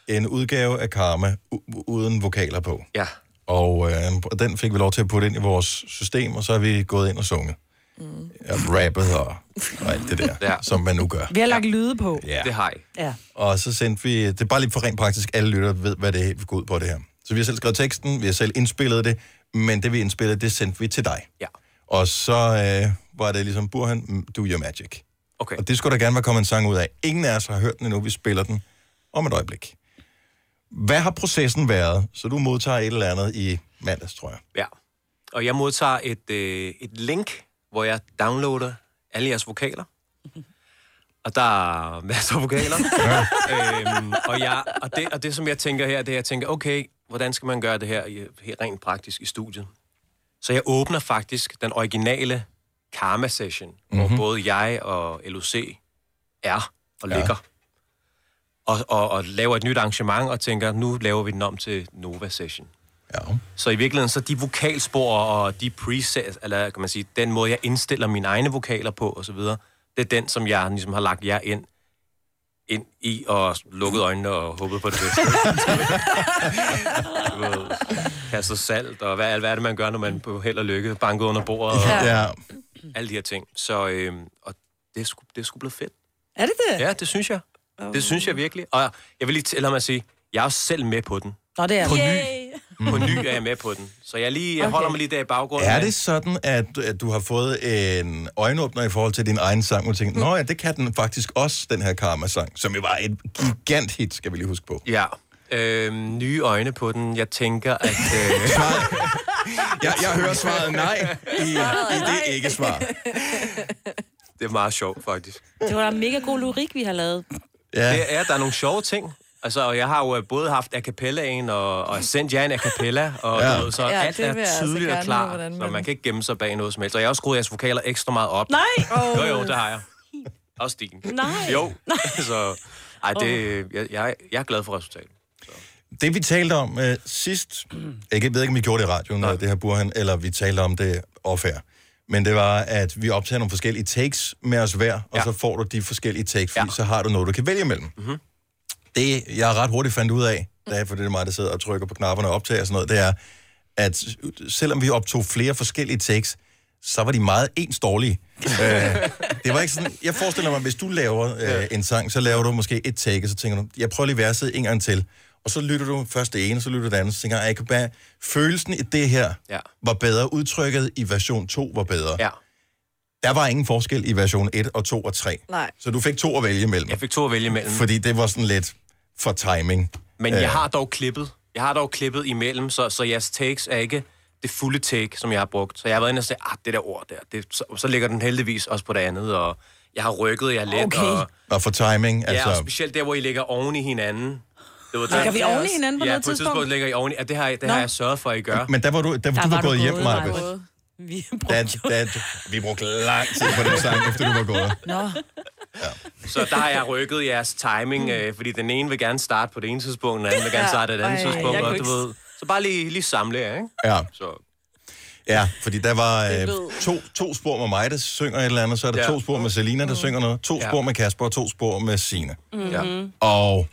En udgave af Karma u- uden vokaler på.
Ja.
Og, øh, og den fik vi lov til at putte ind i vores system, og så er vi gået ind og sunget. Mm. Og rappet og, og alt det der, ja. som man nu gør.
Vi har lagt lyde på.
Ja. Det
har I.
Ja.
Og så sendte vi, det er bare lige for rent praktisk, alle lytter ved, hvad det går ud på det her. Så vi har selv skrevet teksten, vi har selv indspillet det, men det vi indspillede, det sendte vi til dig.
Ja.
Og så øh, var det ligesom, Burhan, mm, do your magic.
Okay.
Og det skulle der gerne være kommet en sang ud af. Ingen af os har hørt den endnu, vi spiller den om et øjeblik. Hvad har processen været? Så du modtager et eller andet i mandags, tror jeg.
Ja. Og jeg modtager et, øh, et link, hvor jeg downloader alle jeres vokaler. Og der er masser af vokaler. øhm, og, jeg, og, det, og det, som jeg tænker her, det er, jeg tænker, okay, hvordan skal man gøre det her i- helt rent praktisk i studiet? Så jeg åbner faktisk den originale Karma-session, mm-hmm. hvor både jeg og LOC er og
Ja.
ligger. Og, og, og laver et nyt arrangement og tænker, nu laver vi den om til Nova-session. Så i virkeligheden, så de vokalspor og de presets, eller kan man sige, den måde, jeg indstiller mine egne vokaler på osv., det er den, som jeg ligesom har lagt jer ind, ind i og lukket øjnene og håbet på det bedste. Du ved, Kastet salt og hvad, hvad er det, man gør, når man på held og lykke banker under bordet og
Ja. Ja.
alle de her ting. Så øhm, og det, er sgu, det er sgu blevet fedt.
Er det det?
Ja, det synes jeg. Det synes jeg virkelig. Og jeg vil lige tælle mig at sige, jeg er også selv med på den.
Nå, det er
På ny.
Yay.
På ny er jeg med på den. Så jeg, lige, jeg holder mig lige der i baggrunden.
Er
men-
det sådan, at, at du har fået en øjenåbner i forhold til din egen sang, og tænkt, nå ja, det kan den faktisk også, den her Karma-sang, som jo var et gigant hit, skal vi lige huske på.
Ja. Øhm, nye øjne på den. Jeg tænker, at... Øh... [LAUGHS]
jeg, jeg hører svaret nej i, i det ikke-svar.
Det er meget sjovt, faktisk.
Det var da mega god lurik, vi har lavet.
Ja.
Det er, der er nogle sjove ting. Altså, og jeg har jo øh, både haft a cappellaen, og, og sendt jer en a cappella, og
Ja.
ja. noget, så
Ja,
ja, alt
det
er
vil jeg altså
tydeligt
gerne
altså og
høre,
klar,
hvordan
så
man-
man kan ikke gemme sig bag noget som helst. Og jeg har også skruet jeres vokaler ekstra meget op.
Nej!
Oh. Jo, jo, det har jeg. Også din.
Nej.
Jo. [LAUGHS] så, ej, det, jeg, jeg, jeg er glad for resultatet.
Det vi talte om øh, sidst, jeg ved ikke om vi gjorde det i radioen, ja. det her Burhan, eller vi talte om det off -air. men det var, at vi optager nogle forskellige takes med os hver, og ja. så får du de forskellige takes, fordi ja. så har du noget, du kan vælge mellem.
Mhm.
Det, jeg ret hurtigt fandt ud af, da jeg, for det er mig, der sidder og trykker på knapperne og optager og sådan noget, det er, at selvom vi optog flere forskellige takes, så var de meget ens dårlige. øh, det var ikke sådan, jeg forestiller mig, hvis du laver øh, en sang, så laver du måske et take, og så tænker du, jeg prøver lige verset en gang til. Og så lytter du først det ene, så lytter du det andet, så tænker jeg, jeg kan bare, følelsen i det her
Ja.
var bedre, udtrykket i version 2 var bedre.
Ja.
Der var ingen forskel i version 1 og 2 og 3.
Nej.
Så du fik to at vælge imellem. Jeg
fik to at vælge imellem.
Fordi det var sådan lidt for timing.
Mm. Men
Øh,
jeg har dog klippet. Jeg har dog klippet imellem, så, så jeres takes er ikke det fulde take, som jeg har brugt. Så jeg har været inde og sagt, ah, det der ord der, det, så, så ligger den heldigvis også på det andet, og jeg har rykket jer lidt. Og,
Og for timing,
altså... Ja, og
altså...
specielt der, hvor I ligger oven i hinanden. Det var
Ligger vi oven i hinanden på
ja,
noget
på et tidspunkt
tidspunkt?
ligger I oven i, ja, det har, jeg- det
Nå.
har jeg sørget for, at I gør.
Men der var du, der, du var gået hjem, Marbe.
Vi
Da, da, vi brugte lang tid på den sang, efter du var gået.
Nå.
Så der har jeg rykket jeres
Mm.
timing, øh, fordi den ene vil gerne starte på det ene tidspunkt, den anden vil gerne
Ja.
starte på det andet
Ej,
tidspunkt,
jeg
og
kunne
du
ikke-
ved... Så bare lige, lige samle jer, ikke?
Ja.
Så.
Ja, fordi der var øh,
lød.
to, to spor med mig, der synger et eller andet, så er der
Ja.
ja. to spor med Selina, der synger noget, to
Ja.
spor med Kasper og to spor med Sine.
Mm-hmm.
Mhm. Ja.
Og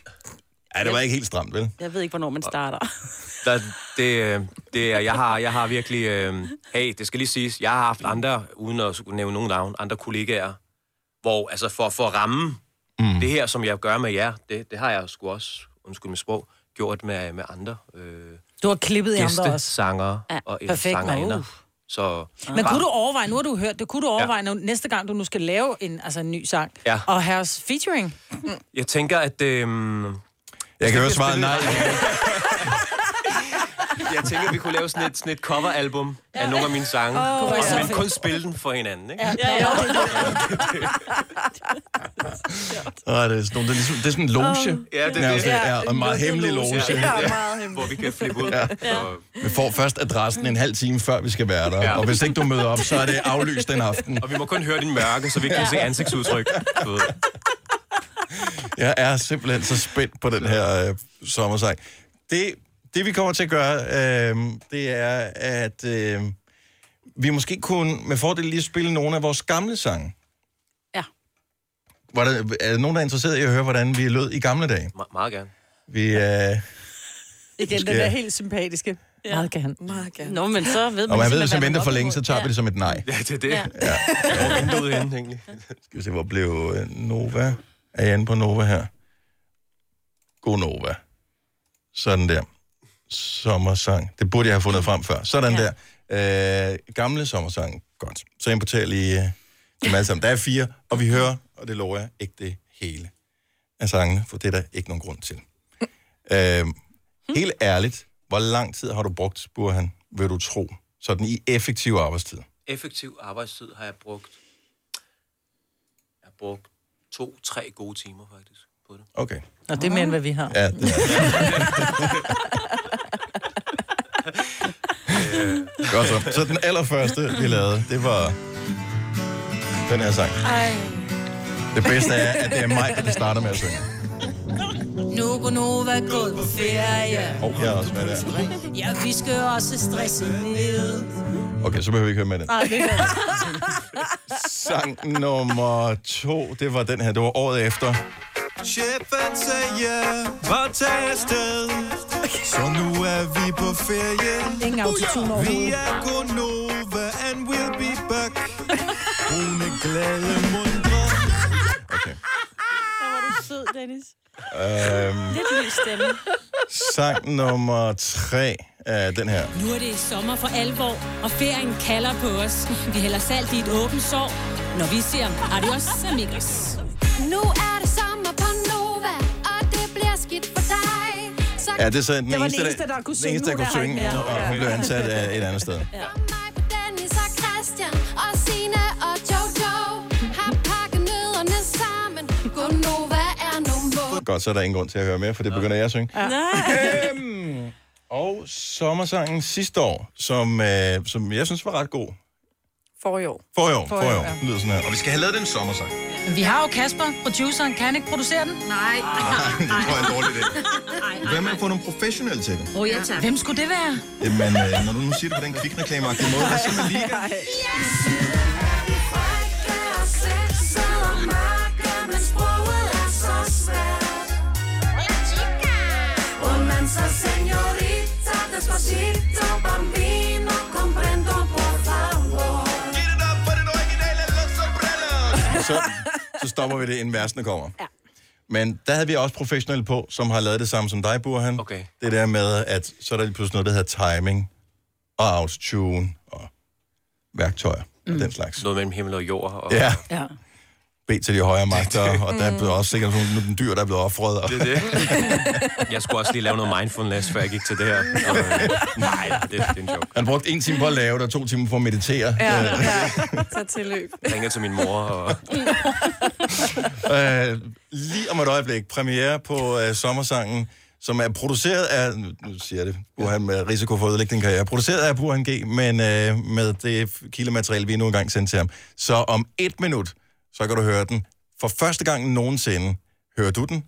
ja, det var ikke helt stramt, vel?
Jeg ved ikke, hvornår man starter.
Der, det, øh, det, er- jeg, har, jeg har virkelig... Øh, hey, det skal lige siges, jeg har haft andre, uden at skulle nævne nogen navn, andre kollegaer, hvor altså for, for at ramme mm. det her, som jeg gør med jer, det, det har jeg sgu også, undskyld mit sprog, gjort med, med andre øh,
Du har klippet i andre også.
gæstesanger
Ja,
ja, og øh,
perfekt. Nå,
sangerinder.
uh.
Så,
Men
bare-
kunne du overveje, nu har du hørt det, kunne du
Ja.
overveje, når, næste gang du nu skal lave en, altså en ny sang,
Ja.
og have os featuring? Mm.
Jeg tænker, at... Øhm,
jeg
tænker,
høre
at
svaret
spille-
nej.
[LAUGHS] jeg tænker, at vi kunne lave sådan et, sådan et coveralbum af nogle af mine sange.
Åh,
Oh,
hvor er
og,
det så
men
fedt.
kun spille den for hinanden, ikke?
Ja, ja, jo, det
Og det, er sådan, nogle- det, er ligesom, det er sådan en loge.
Ja, det, er
Nærmest,
det.
Ja, og en meget hemmelig loge.
Hvor vi kan [LAUGHS] flippe ud.
Ja. Vi får først adressen en halv time, før vi skal være der. Ja. Og hvis ikke du møder op, så er det aflyst den aften.
Og vi må kun høre din mørke, så vi kan
Ja.
se ansigtsudtryk. Du ved.
Jeg er simpelthen så spændt på den her øh, sommersang. Det, det vi kommer til at gøre, øh, det er, at øh, vi måske kunne med fordel lige spille nogle af vores gamle sange.
Ja.
Var der, er der nogen, der er interesseret i at høre, hvordan vi lød i gamle dage?
Me- meget gerne.
Vi, øh,
Igen,
Måske-
den der helt sympatiske. Ja. Meget gerne. Meget gerne.
Nå, men så ved
og man ved, hvis ligesom, man venter for længe, så tager vi det som et nej.
[LAUGHS] Ja, det er det.
Ja.
Ja.
Hvor er vinduet henne, egentlig?
Skal vi se, hvor blev øh, Nova? Er jeg inde på Nova her? God Nova. Sådan der. Sommersang. Det burde jeg have fundet frem før. Sådan ja. der. Øh, gamle sommersang. Godt. Så importerer jeg lige øh, dem alle sammen. Der er fire, og vi hører, og det lover jeg, ikke det hele af sangene, for det er der ikke nogen grund til. Øh, helt ærligt, hvor lang tid har du brugt, Burhan, vil du tro, sådan i effektiv arbejdstid?
Effektiv arbejdstid har jeg brugt... Jeg har brugt to-tre gode timer, faktisk.
Okay.
Nå, det er mere, end hvad vi har.
Ja, det Godt så. Så den allerførste, vi lavede, det var den her sang.
Ej.
Det bedste er, at det er mig, der starter med at synge.
Nu går Nova gået på ferie.
Og jeg er også med der.
Ja, vi skal også stresse ned.
Okay, så behøver vi ikke høre med den.
Nej, det er
[LAUGHS] Sang nummer to, det var den her. Det var året efter.
Chefen sagde ja, og tag afsted. Så nu er vi på ferie.
Ingen autotune
Vi
overhovedet.
er Gonova, and we'll be back. Hun er glad og mundre.
Hvor er du sød, Dennis.
Øhm,
Lidt lys stemme.
sang nummer tre er den her.
Nu er det sommer for alvor, og ferien kalder på os. Vi hælder salt i et åbent sår, når vi siger adios amigos.
Nu er det sommer på Nova, og det bliver skidt for dig. Så
Ja, det er så den,
Det var den
eneste,
eneste, der kunne
den eneste, der
synge. Hun
kunne
er her
synge,
ikke mere.
og hun blev ansat af et andet sted.
Dennis og Christian og Sina og Jojo har pakket nødderne sammen. Gonova er nummer.
Godt, så er der ingen grund til at høre mere, for det begynder jeg at synge.
Nej.
Øhm, [LAUGHS] og sommersangen sidste år, som, øh, som jeg synes var ret god.
For i år.
For i år, for
Forrige
i
år,
år. Den lyder sådan her. Og vi skal have lavet den sommersang. Nej,
Men vi har jo Kasper, produceren. Kan han ikke producere den? Nej.
det tror jeg er en dårlig idé. Hvad med at få nogle professionelle til det?
Åh, oh, ja tak. Hvem skulle det være?
Jamen, øh, når du nu siger det på den kvikreklameagtige måde, hvad siger man lige? Så, så stopper vi det, inden versene kommer. Ja. Men der havde vi også professionelle på, som har lavet det samme som dig, Burhan. Okay. Det der med, at så er der lige pludselig noget, der hedder timing og autotune og værktøjer mm. og den slags.
Noget mellem himmel og jord. Og...
Ja.
ja.
bed til de højere magter, og der er blevet også sikkert nogle nogle dyr, der er blevet offret. Og...
[LAUGHS] Mm. Det er det. Jeg skulle også lige lave noget mindfulness, før jeg gik til det her. Og, øh, nej, det, det er en joke.
Han brugte en time på at lave det, og to timer på at meditere.
Ja,
Øh,
ja. Så
[LAUGHS]
tilløb.
Jeg ringer til min mor, og
Øh, lige om et øjeblik, premiere på øh, sommersangen, som er produceret af, nu nu siger jeg det, Burhan med risiko for at ødelægge din karriere, produceret af Burhan G, men øh, med det kildemateriale, vi nu engang sendte til ham. Så om et minut, så kan du høre den For første gang nogensinde hører du den.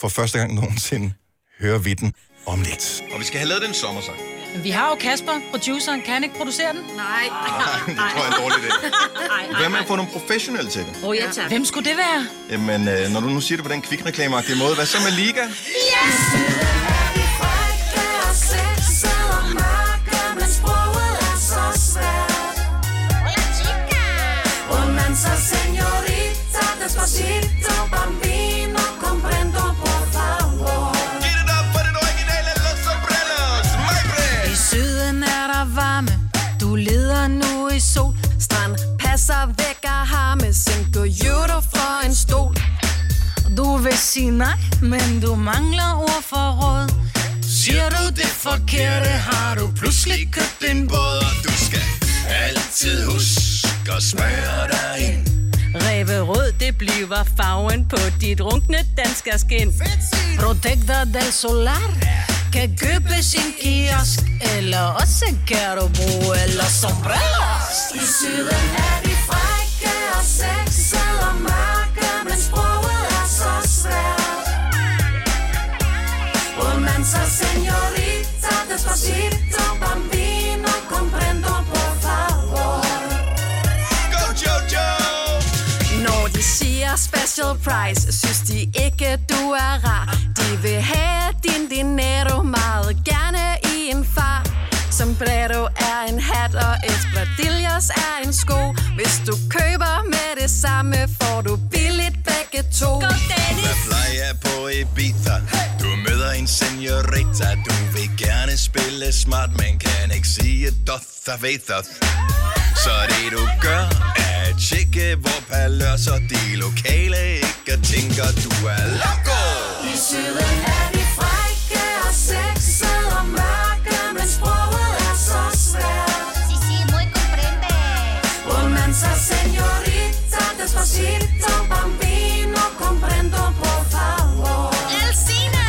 For første gang nogensinde hører vi den om lidt. Og vi skal have lavet den sommersang.
Men vi har jo Kasper, produceren. Kan han ikke producere den? Nej.
det tror jeg er en dårlig idé. Hvad med at få nogle professionelle til det?
Åh, oh, ja tak. Hvem skulle det være?
Jamen, øh, når du nu siger det på den kvikreklameagtige måde, hvad så med Liga?
Yes!
Despacito, bambino, comprendo, por favor. Get it up for den originale Los Sopranos, my
I syden er der varme Du leder nu i sol Strand passer væk og har med Cinco euro for en stol Du vil sige nej, men du mangler ord for råd Siger du det forkerte, har du pludselig købt en båd Og du skal
Altid husk at smøre dig ind.
Ræve rød, det bliver farven på dit runkne dansker skin.
Protecta del solar Kan købes i en kiosk Eller også kan du bruge Eller sombreros
I syden er de frække og sexede og mørke, men sproget er så svært. Romancer, señorita, despacito, bambino, comprendo, por favor. Go, Jojo!
Når de siger special price Synes de ikke du er rar De vil have din dinero Meget gerne i en far Sombrero er en hat Og espadrilles er en sko Hvis du køber med det samme Får du billigt begge to Godt,
Hvad plejer på Ibiza? Du møder en seniorita. Du vil gerne spille smart, men kan ikke sige doth og vethos. Så det du gør, er at tjekke, hvor palørs og de lokale ikke tænker, du er loco.
I syden er de frække og sexede og mørke, men sproget er så svært. Si, si, muy comprende. Romancer, señorita, despacito, bambino, comprendo, por favor. Elsina!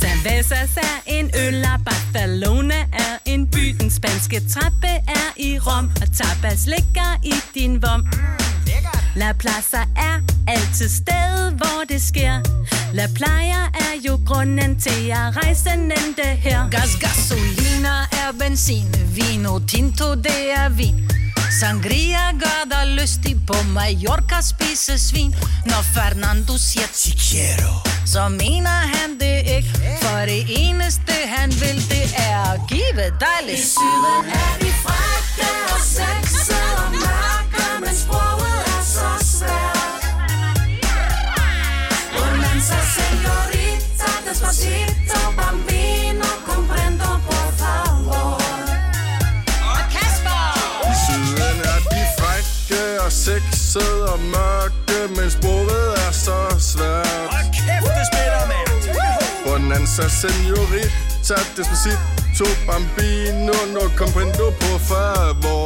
Cervezas er en øl, og Barcelona er en by. Den spanske trappe er i Rom, og tapas ligger i din vom. La Plaza er altid sted, hvor det sker. La Playa er jo grunden til, at rejsen endte her.
Gas, gasolina er benzin, vino tinto det er vin. Sangria gør dig lystig på Mallorca spise svin. Når Fernando siger Chichero, så mener han det ikke. For det eneste han vil, det er at give dig
I
lidt.
syden er de frække og sexede og mørke, men sproget er så svært. Romancer, señorita, despacito, bambino, comprendo, por favor. Og Kasper!
I syden er de frække og sexede og mørke, men sproget er så svært. Og kæft, det spiller, mand! Bonanza, senorita, despacito, bambino, no comprendo, por favor.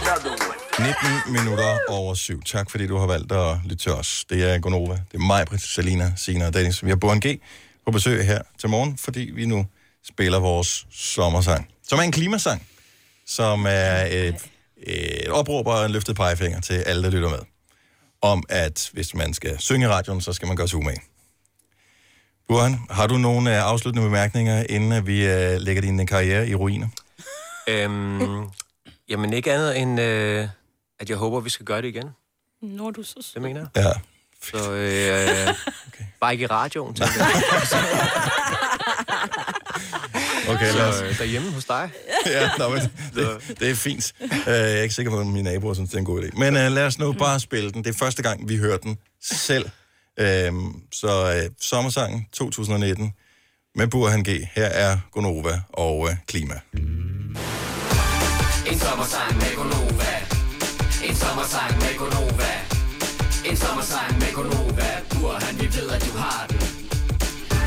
19 minutter over syv. Tak fordi du har valgt at lytte til os. Det er Gonova, det er mig, Britt, Salina, Sina og Dennis. Vi har Boren G. på besøg her til morgen, fordi vi nu spiller vores sommersang, som er en klimasang, som er et, et opråb og en løftet pegefinger til alle, der lytter med, om at hvis man skal synge i radioen, så skal man gøre sig umage. Burhan, har du nogle øh, afsluttende bemærkninger, inden at vi øh, lægger din karriere i ruiner?
Øhm, jamen ikke andet end, øh, at jeg håber, vi skal gøre det igen.
Når du så
Det mener jeg.
Ja.
Så øh, okay. bare ikke i radioen, tænker jeg.
Okay, lad os-
så, øh, derhjemme hos dig.
[LAUGHS] ja, nå, men det, det er fint. Øh, Jeg er ikke sikker på, at mine naboer synes, det er en god idé. Men uh, lad os nu bare spille den. Det er første gang, vi hører den selv. Øhm, så uh, sommersangen 2019 med Burhan G. Her er Gonova og uh, Klima.
En sommersang med Gonova. En sommersang med Gonova. En sommersang med Gonova. Burhan, vi ved, at du har den.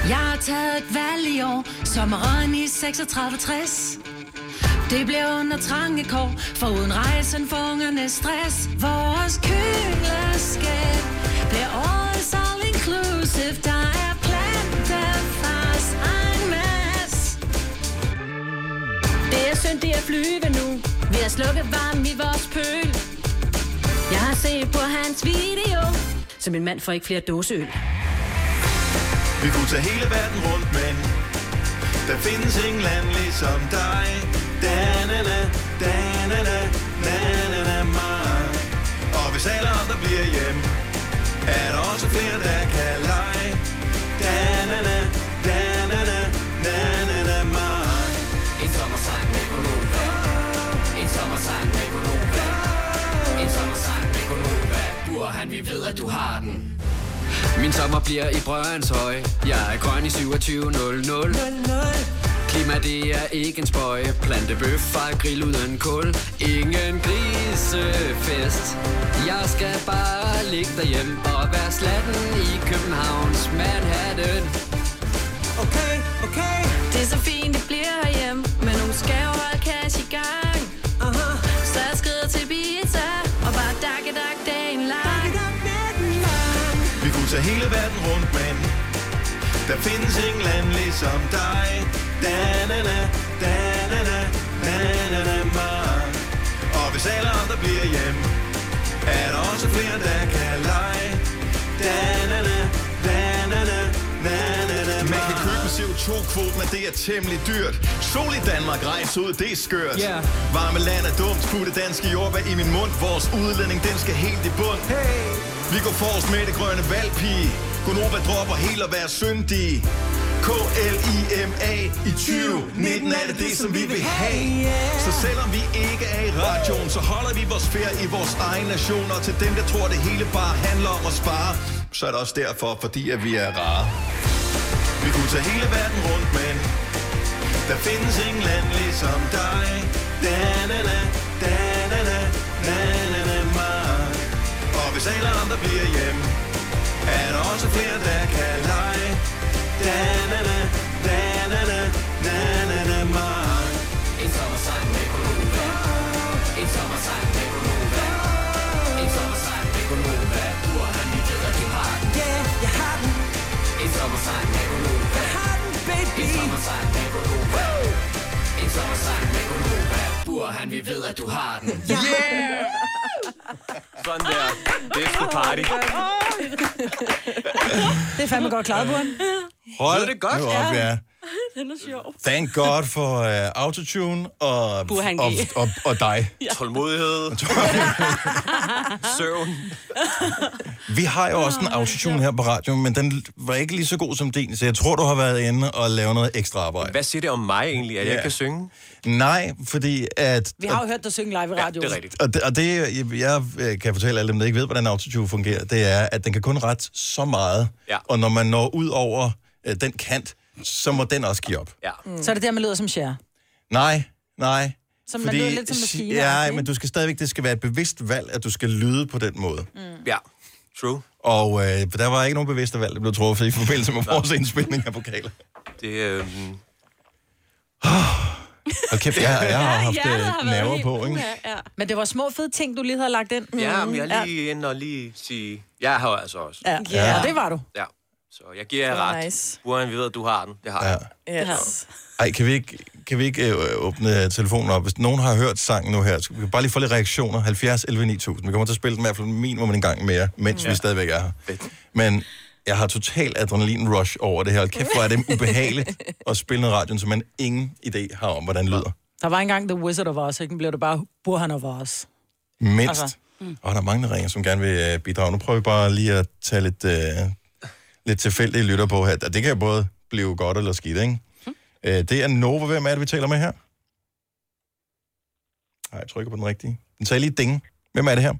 Jeg har taget et valg i år, sommeren i 3660. Det blev under trange kår, for uden rejsen for ungerne stress. Vores køleskab bliver årets all inclusive, der er plantefars egen mas.
Det er synd, det er flyve nu. Vi har
slukket varm i vores pøl. Jeg har set på hans video, så min mand får ikke flere dåseøl.
Vi kunne tage hele verden rundt, men der findes ingen land ligesom dig. Da-na-na, da-na-na, na-na-na, mig. Og hvis alle andre bliver hjem, er der også flere, der kan lege. Da-na-na, da-na-na, na-na-na, mig. En sommersang med Gunova. En sommersang med Gunova. En sommersang med Gunova. Burhan, vi ved, at du har den.
Min sommer bliver i Brøndshøj Jeg er grøn i 27.00 Klima det er ikke en spøj Plantebøf fra grill uden kul Ingen grisefest Jeg skal bare ligge derhjemme Og være slatten i Københavns Manhattan
Okay, okay. Det er så fint, det bliver herhjemme, men hun skal jo holde cash i gang. Uh-huh. Så jeg skrider til pizza, og bare dakke dak dagen lang.
Vi kunne tage hele verden rundt, men der findes ingen land ligesom dig. Da-na-na, da-na-na, na-na-na, man. Og hvis alle andre bliver hjem, er der også flere, der kan lege. Da-na-na, da-na-na, na-na-na, Man kan købe CO2-kvoten, og det er temmelig dyrt. Sol i Danmark, rejse ud, det er skørt.
Ja.
Varme land er dumt, putte danske jordbær i min mund. Vores udledning, den skal helt i bund. Hey. Vi går forrest med det grønne valgpige. Gonova dropper helt at være syndige. K-L-I-M-A i 2019 er det det, som vi vil have. Så selvom vi ikke er i radioen, så holder vi vores ferie i vores egen nation. Og til dem, der tror, det hele bare handler om at spare, så er det også derfor, fordi at vi er rare. Vi kunne tage hele verden rundt, men der findes ingen land ligesom dig. Da-na-na, da-na-na, na-na-na, mig. Og hvis alle andre bliver hjem, er der også flere, der kan lege. Da-na-na, da-na-na, na-na-na, mig. En sommersang med Gunova. En sommersang med Gunova. En sommersang med Gunova. Du og han, vi ved, at du har den. Ja, jeg har den. En sommersang med Gunova. Jeg har den, baby. En sommersang med Gunova. En sommersang med Gunova. Du og han, vi ved, at du har den. Yeah!
Sådan der. Det er sgu party.
Det er fandme godt klaret, Buren.
Hold det godt. Nu op, ja.
[LAUGHS] Den er sjov.
Thank God for uh, autotune og,
Burhan G.
og, og, og
[LAUGHS]
dig.
Ja. Tålmodighed. Søvn.
Vi har jo også en autotune her på radioen, men den var ikke lige så god som din, så jeg tror, du har været inde og lavet noget ekstra arbejde.
Hvad siger det om mig egentlig, at ja. jeg kan synge?
Nej, fordi at...
Vi har jo hørt dig synge live i radioen. rigtigt.
Og det, og det jeg, jeg øh, kan fortælle alle dem, der ikke ved, hvordan autotune fungerer, det er, at den kan kun rette så meget, ja. og når man når ud over øh, den kant, så må den også give op. Ja.
Mm. Så er det der, man lyder som Cher.
Nej, nej.
Så man lyder lidt som maskiner,
Ja,
ikke?
men du skal stadigvæk, det skal være et bevidst valg, at du skal lyde på den måde. Mm.
Ja, true.
Og øh, der var ikke nogen bevidste valg, der blev truffet i forbindelse med vores indspilning af pokaler.
Det, øh...
Hold kæft, jeg, jeg har haft
hjertet
ja,
har været
nerver
helt-
på, ikke?
Uha, ja. Men det var små fede ting, du lige havde lagt ind.
Ja,
Mm,
men jeg er lige inde og lige sige... Jeg har altså også.
Ja. Ja. ja, det var du.
Ja. Så jeg giver jer ret. Nice. Buren, vi ved, at du har den. Det har jeg.
Yes.
Ej, kan vi ikke, kan vi ikke øh, åbne telefonen op? Hvis nogen har hørt sangen nu her, så vi kan bare lige få lidt reaktioner. 70 11 9000. Vi kommer til at spille den i hvert fald minimum en gang mere, mens
Mm.
mm. vi
Ja.
stadigvæk er her. Men jeg har total adrenalin-rush over det her. Hold kæft, hvor er det ubehageligt at spille noget radioen, som man ingen idé har om, hvordan det lyder.
Der var engang The Wizard of Oz, ikke? Den blev det bare Burhan of Oz.
Mindst.
Altså,
Altså,
mm.
mm. Og der er mange, der ringer, som gerne vil øh, bidrage. Nu prøver vi bare lige at tage lidt, øh, lidt tilfældige lytter på her. Og Det kan både blive godt eller skidt, ikke? Mm. Øh, det er Nova. Hvem er det, vi taler med her? Nej, jeg trykker på den rigtige. Den sagde lige ding. Hvem er det her?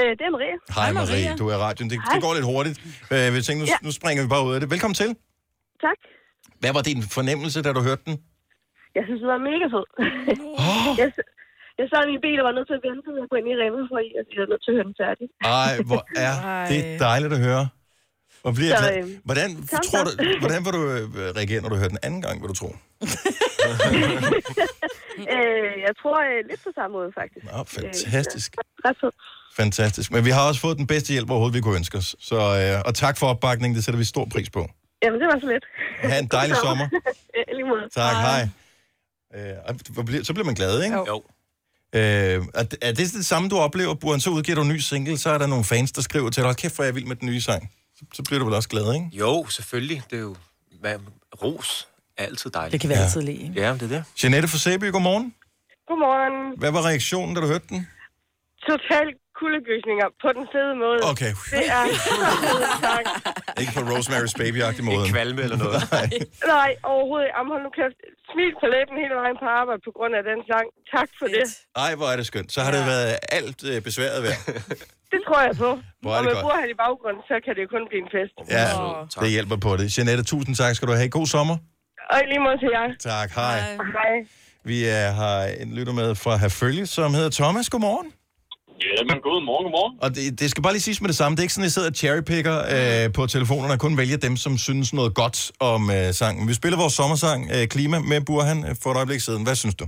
Øh, det er Marie.
Hej Marie, du er i radioen. Det, det går lidt hurtigt. Øh, vi tænkte, nu,
Ja.
nu springer vi bare ud af det. Velkommen til.
Tak.
Hvad var din fornemmelse, da du hørte den?
Jeg synes, det var mega fed. [LAUGHS] jeg, s- jeg sad i min bil og var nødt til at vente med at gå ind i Rema, fordi jeg jeg var nødt til at høre den færdig.
Ej, hvor er
Ej.
det dejligt at høre. Og bliver jeg
Så,
glad.
øhm,
Hvordan,
tak,
tror du,
tak.
hvordan var du øh, reagere, når du hørte den anden gang, vil du tro?
øh, jeg tror øh, lidt på samme måde, faktisk.
Nå, fantastisk.
Øh, ret fed.
Fantastisk. Men vi har også fået den bedste hjælp overhovedet, vi kunne ønske os. Så, øh, og tak for opbakningen, det sætter vi stor pris på.
Jamen, det var så lidt.
Ha' en dejlig sommer.
[LAUGHS] Ja, lige måde.
Tak, hej. hej. Øh, og hvor bliver- så bliver man glad, ikke?
Jo.
Øh, er, det- er det det samme, du oplever, Buren? Så udgiver du en ny single, så er der nogle fans, der skriver til dig, "Hold kæft, hvor er jeg vild med den nye sang. Så, så bliver du vel også glad, ikke?
Jo, selvfølgelig. Det er jo hvad, ros. er Altid dejligt.
Det kan vi Ja. altid lide,
Ja, det er det.
Jeanette fra Sæby, godmorgen.
Godmorgen.
Hvad var reaktionen, da du hørte den?
Total kuldegysninger på den fede måde.
Okay.
Det er [LAUGHS] så fed sang.
Ikke på Rosemary's Baby-agtig måde. Ikke
kvalme eller noget.
Nej, overhovedet. Jamen, hold nu kæft. Smil på læben hele vejen på arbejde på grund af den sang. Tak for det.
Ej, hvor er det skønt. Så har det været alt øh, besværet værd.
Det tror jeg på.
Hvor er
Og
det
med
godt.
Burhan i baggrunden, så kan det jo kun blive en fest.
Ja, det hjælper på det. Jeanette, tusind tak skal du have. God sommer.
Og i lige måde til jer.
Tak, hej. hej.
Hej.
Vi er, har en lytter med fra Herfølge, som hedder Thomas. Godmorgen.
Jamen, god morgen, godmorgen.
Og det, det skal bare lige siges med det samme. Det er ikke sådan, at jeg sidder og cherrypicker øh, på telefonerne og kun vælger dem, som synes noget godt om øh, sangen. Vi spiller vores sommersang øh, Klima med Burhan øh, for et øjeblik siden. Hvad synes du?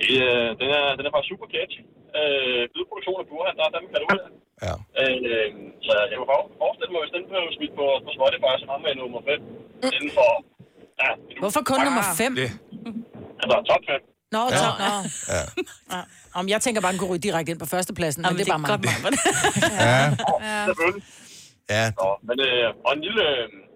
Det, øh, den, er, den er bare super catchy. Øh, lydproduktion af Burhan, der er dem, kan du ud af.
Ja.
Øh, så jeg kunne for- forestille mig, hvis den blev smidt på, på Spotify, så ham med nummer 5. Den for... Ja,
Hvorfor kun nummer fem?
Det.
Altså, top 5.
Nå, ja.
Ja.
Tom, nå.
Ja.
Ja. Om jeg tænker bare, at den kunne ryge direkte ind på førstepladsen, men
Jamen,
det er bare
det er
mig. [LAUGHS]
Ja.
Ja.
Selvfølgelig.
Ja.
Nå, men, øh, og en lille,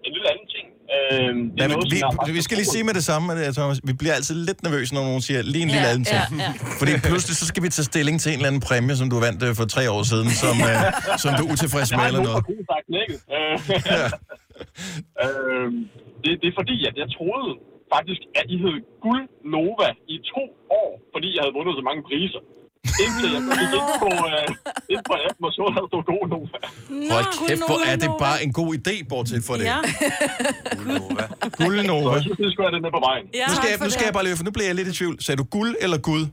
en lille anden ting. Øh, det
Ja,
er
men
noget, som
vi,
jeg har faktisk-
vi skal lige sige med det samme, at, øh, Thomas, vi bliver altid lidt nervøse, når nogen siger lige en lille
Ja,
anden ting.
ja, ja.
Fordi pludselig så skal vi tage stilling til en eller anden præmie, som du vandt øh, for tre år siden, som, øh, som du er utilfreds med eller noget.
Jeg har ikke nogen ja. øh, det, det er fordi, at jeg troede faktisk, at I hed Guld Nova i to år, fordi jeg havde vundet så mange priser. Indtil jeg så gik ind på, øh, ind på appen og så, at der stod Guld Nova.
Hold kæft, hvor er det bare en god idé, bortset fra det.
Ja.
Guld Nova.
Jeg synes, at den er på vejen.
nu skal, jeg, nu skal jeg bare løbe, for nu bliver jeg lidt i tvivl. Sagde du guld eller Gud?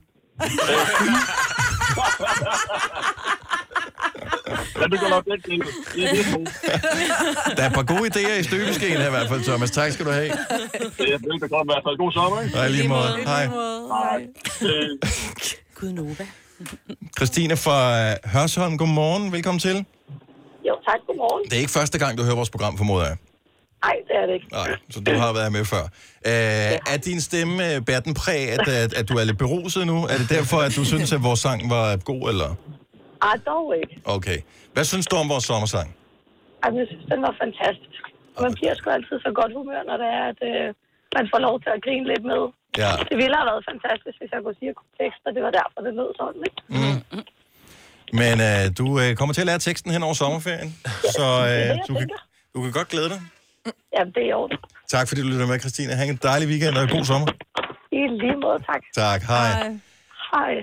Men du kan nok lidt til det. Det er helt gode.
Der er et par gode idéer i støbeskeen her i hvert fald, Thomas. Tak skal du [LAUGHS] have.
Det er velbekomme i hvert fald. God sommer, ikke?
Og i lige måde. Hej.
Hej.
Gud Nova.
Christine fra øh, Hørsholm, godmorgen. Velkommen til.
Jo, tak. Godmorgen.
Det er ikke første gang, du hører vores program, formoder jeg.
Nej, det er det ikke.
Nej, så du har været med før. Øh, er din stemme, øh, bærer den præg, at, at, at du er lidt beruset nu? Er det derfor, at du synes, at vores sang var god, eller?
Ah, dog ikke.
Okay. Hvad synes du om vores sommersang?
Jamen, jeg synes, den var fantastisk. Man bliver sgu altid så godt humør, når det er, at øh, man får lov til at grine lidt med.
Ja.
Det ville have været fantastisk, hvis jeg kunne sige tekst, og det var derfor, det lød sådan, ikke?
Mm. Men øh, du øh, kommer til at lære teksten hen over sommerferien,
[LAUGHS]
så øh, du, kan, du kan godt glæde dig.
Jamen, det er i orden.
Tak fordi du lytter med, Christine. Ha' en dejlig weekend og en god sommer.
I lige måde, tak.
Tak, hej.
Hej.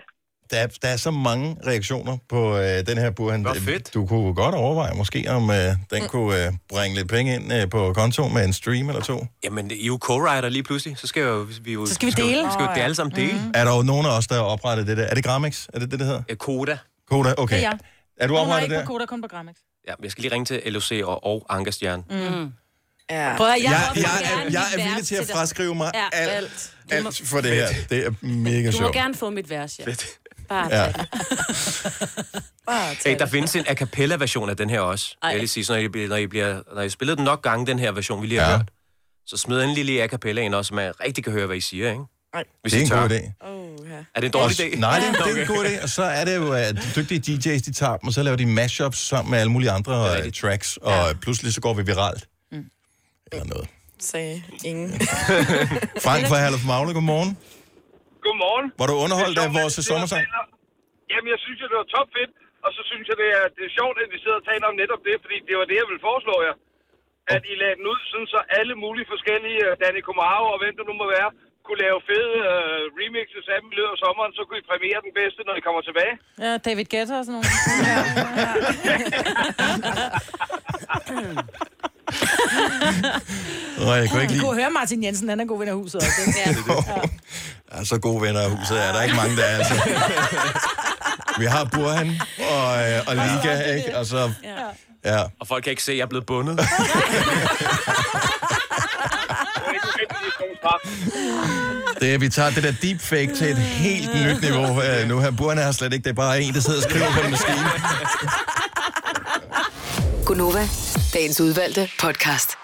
Der, er- der er så mange reaktioner på øh, den her Burhan. Hvor fedt. Du kunne godt overveje måske, om øh, den kunne øh, bringe lidt penge ind øh, på kontoen med en stream eller to.
Jamen, I er jo co-writer lige pludselig. Så skal, jeg jo, vi jo, så
skal vi
Skal,
dele. Mm.
jo- skal jo det alle sammen dele.
Er der jo nogen af os, der har oprettet det der? Er det Gramex? Er det det, det hedder?
Koda.
Koda, okay.
Det er jeg.
Er du
Hun har
oprettet
ikke
der?
på koder, kun på Gramex.
Ja, jeg skal lige ringe til LOC og, og Anker Stjern.
Mm.
Ja.
Prøv at, jeg,
Jeg,
jeg,
jeg,
gerne
jeg, jeg
mit
er villig
vers
til at
til dig.
fraskrive mig
Ja,
alt,
alt.
alt,
Du må-
alt for det her. Det er mega
Du må
sjovt.
gerne få mit vers, ja. Bare
Ja.
tak. Bare
Hey,
tak.
der findes en a cappella version af den her også. Ej.
Ej.
Jeg vil lige sige, så når I, bliver- når I, bliver, når I spiller den nok gange, den her version, vi lige har ja. hørt, så smid endelig lige a cappella ind også, så man rigtig kan høre, hvad I siger, ikke?
Nej.
Hvis
Det er
I
en
tør.
god idé.
Er det en dårlig
Og-
idé?
Nej, det er,
Ja.
det er en god idé. Og så er det jo, at de dygtige DJ's, de tager dem, og så laver de mashups sammen med alle mulige andre øh, tracks, og ja. pludselig så går vi viralt.
Sagde ingen.
Frank fra Herlef Magle, godmorgen.
Godmorgen.
Var du underholdt af vores
Det er sjovt,
sommersang?
at I taler- Jamen, jeg synes jo, det var topfedt. Og så synes jeg, det er, det er sjovt, at vi sidder og taler om netop det, fordi det var det, jeg ville foreslå jer. At I lagde den ud, sådan så alle mulige forskellige, øh, Danny Komaro og hvem det nu må være, kunne lave fede øh, remixes af dem i løbet af sommeren, så kunne I præmiere den bedste, når I kommer tilbage.
Ja, David Guetta og sådan nogle.
Nå, jeg kunne ikke
Du
lide.
kunne høre Martin Jensen, han er god ven af huset også. ikke?
[LAUGHS] Ja, så gode venner af huset er der ikke mange, der er. Altså. Vi har Burhan og, øh, og Liga, ikke? Og så, ja.
Og folk kan ikke se, at jeg er blevet bundet.
Det, er, vi tager det der deepfake til et helt nyt niveau øh, nu her. Burhan er slet ikke, det er bare en, der sidder og skriver på en maskine.
Gunova, dagens udvalgte podcast.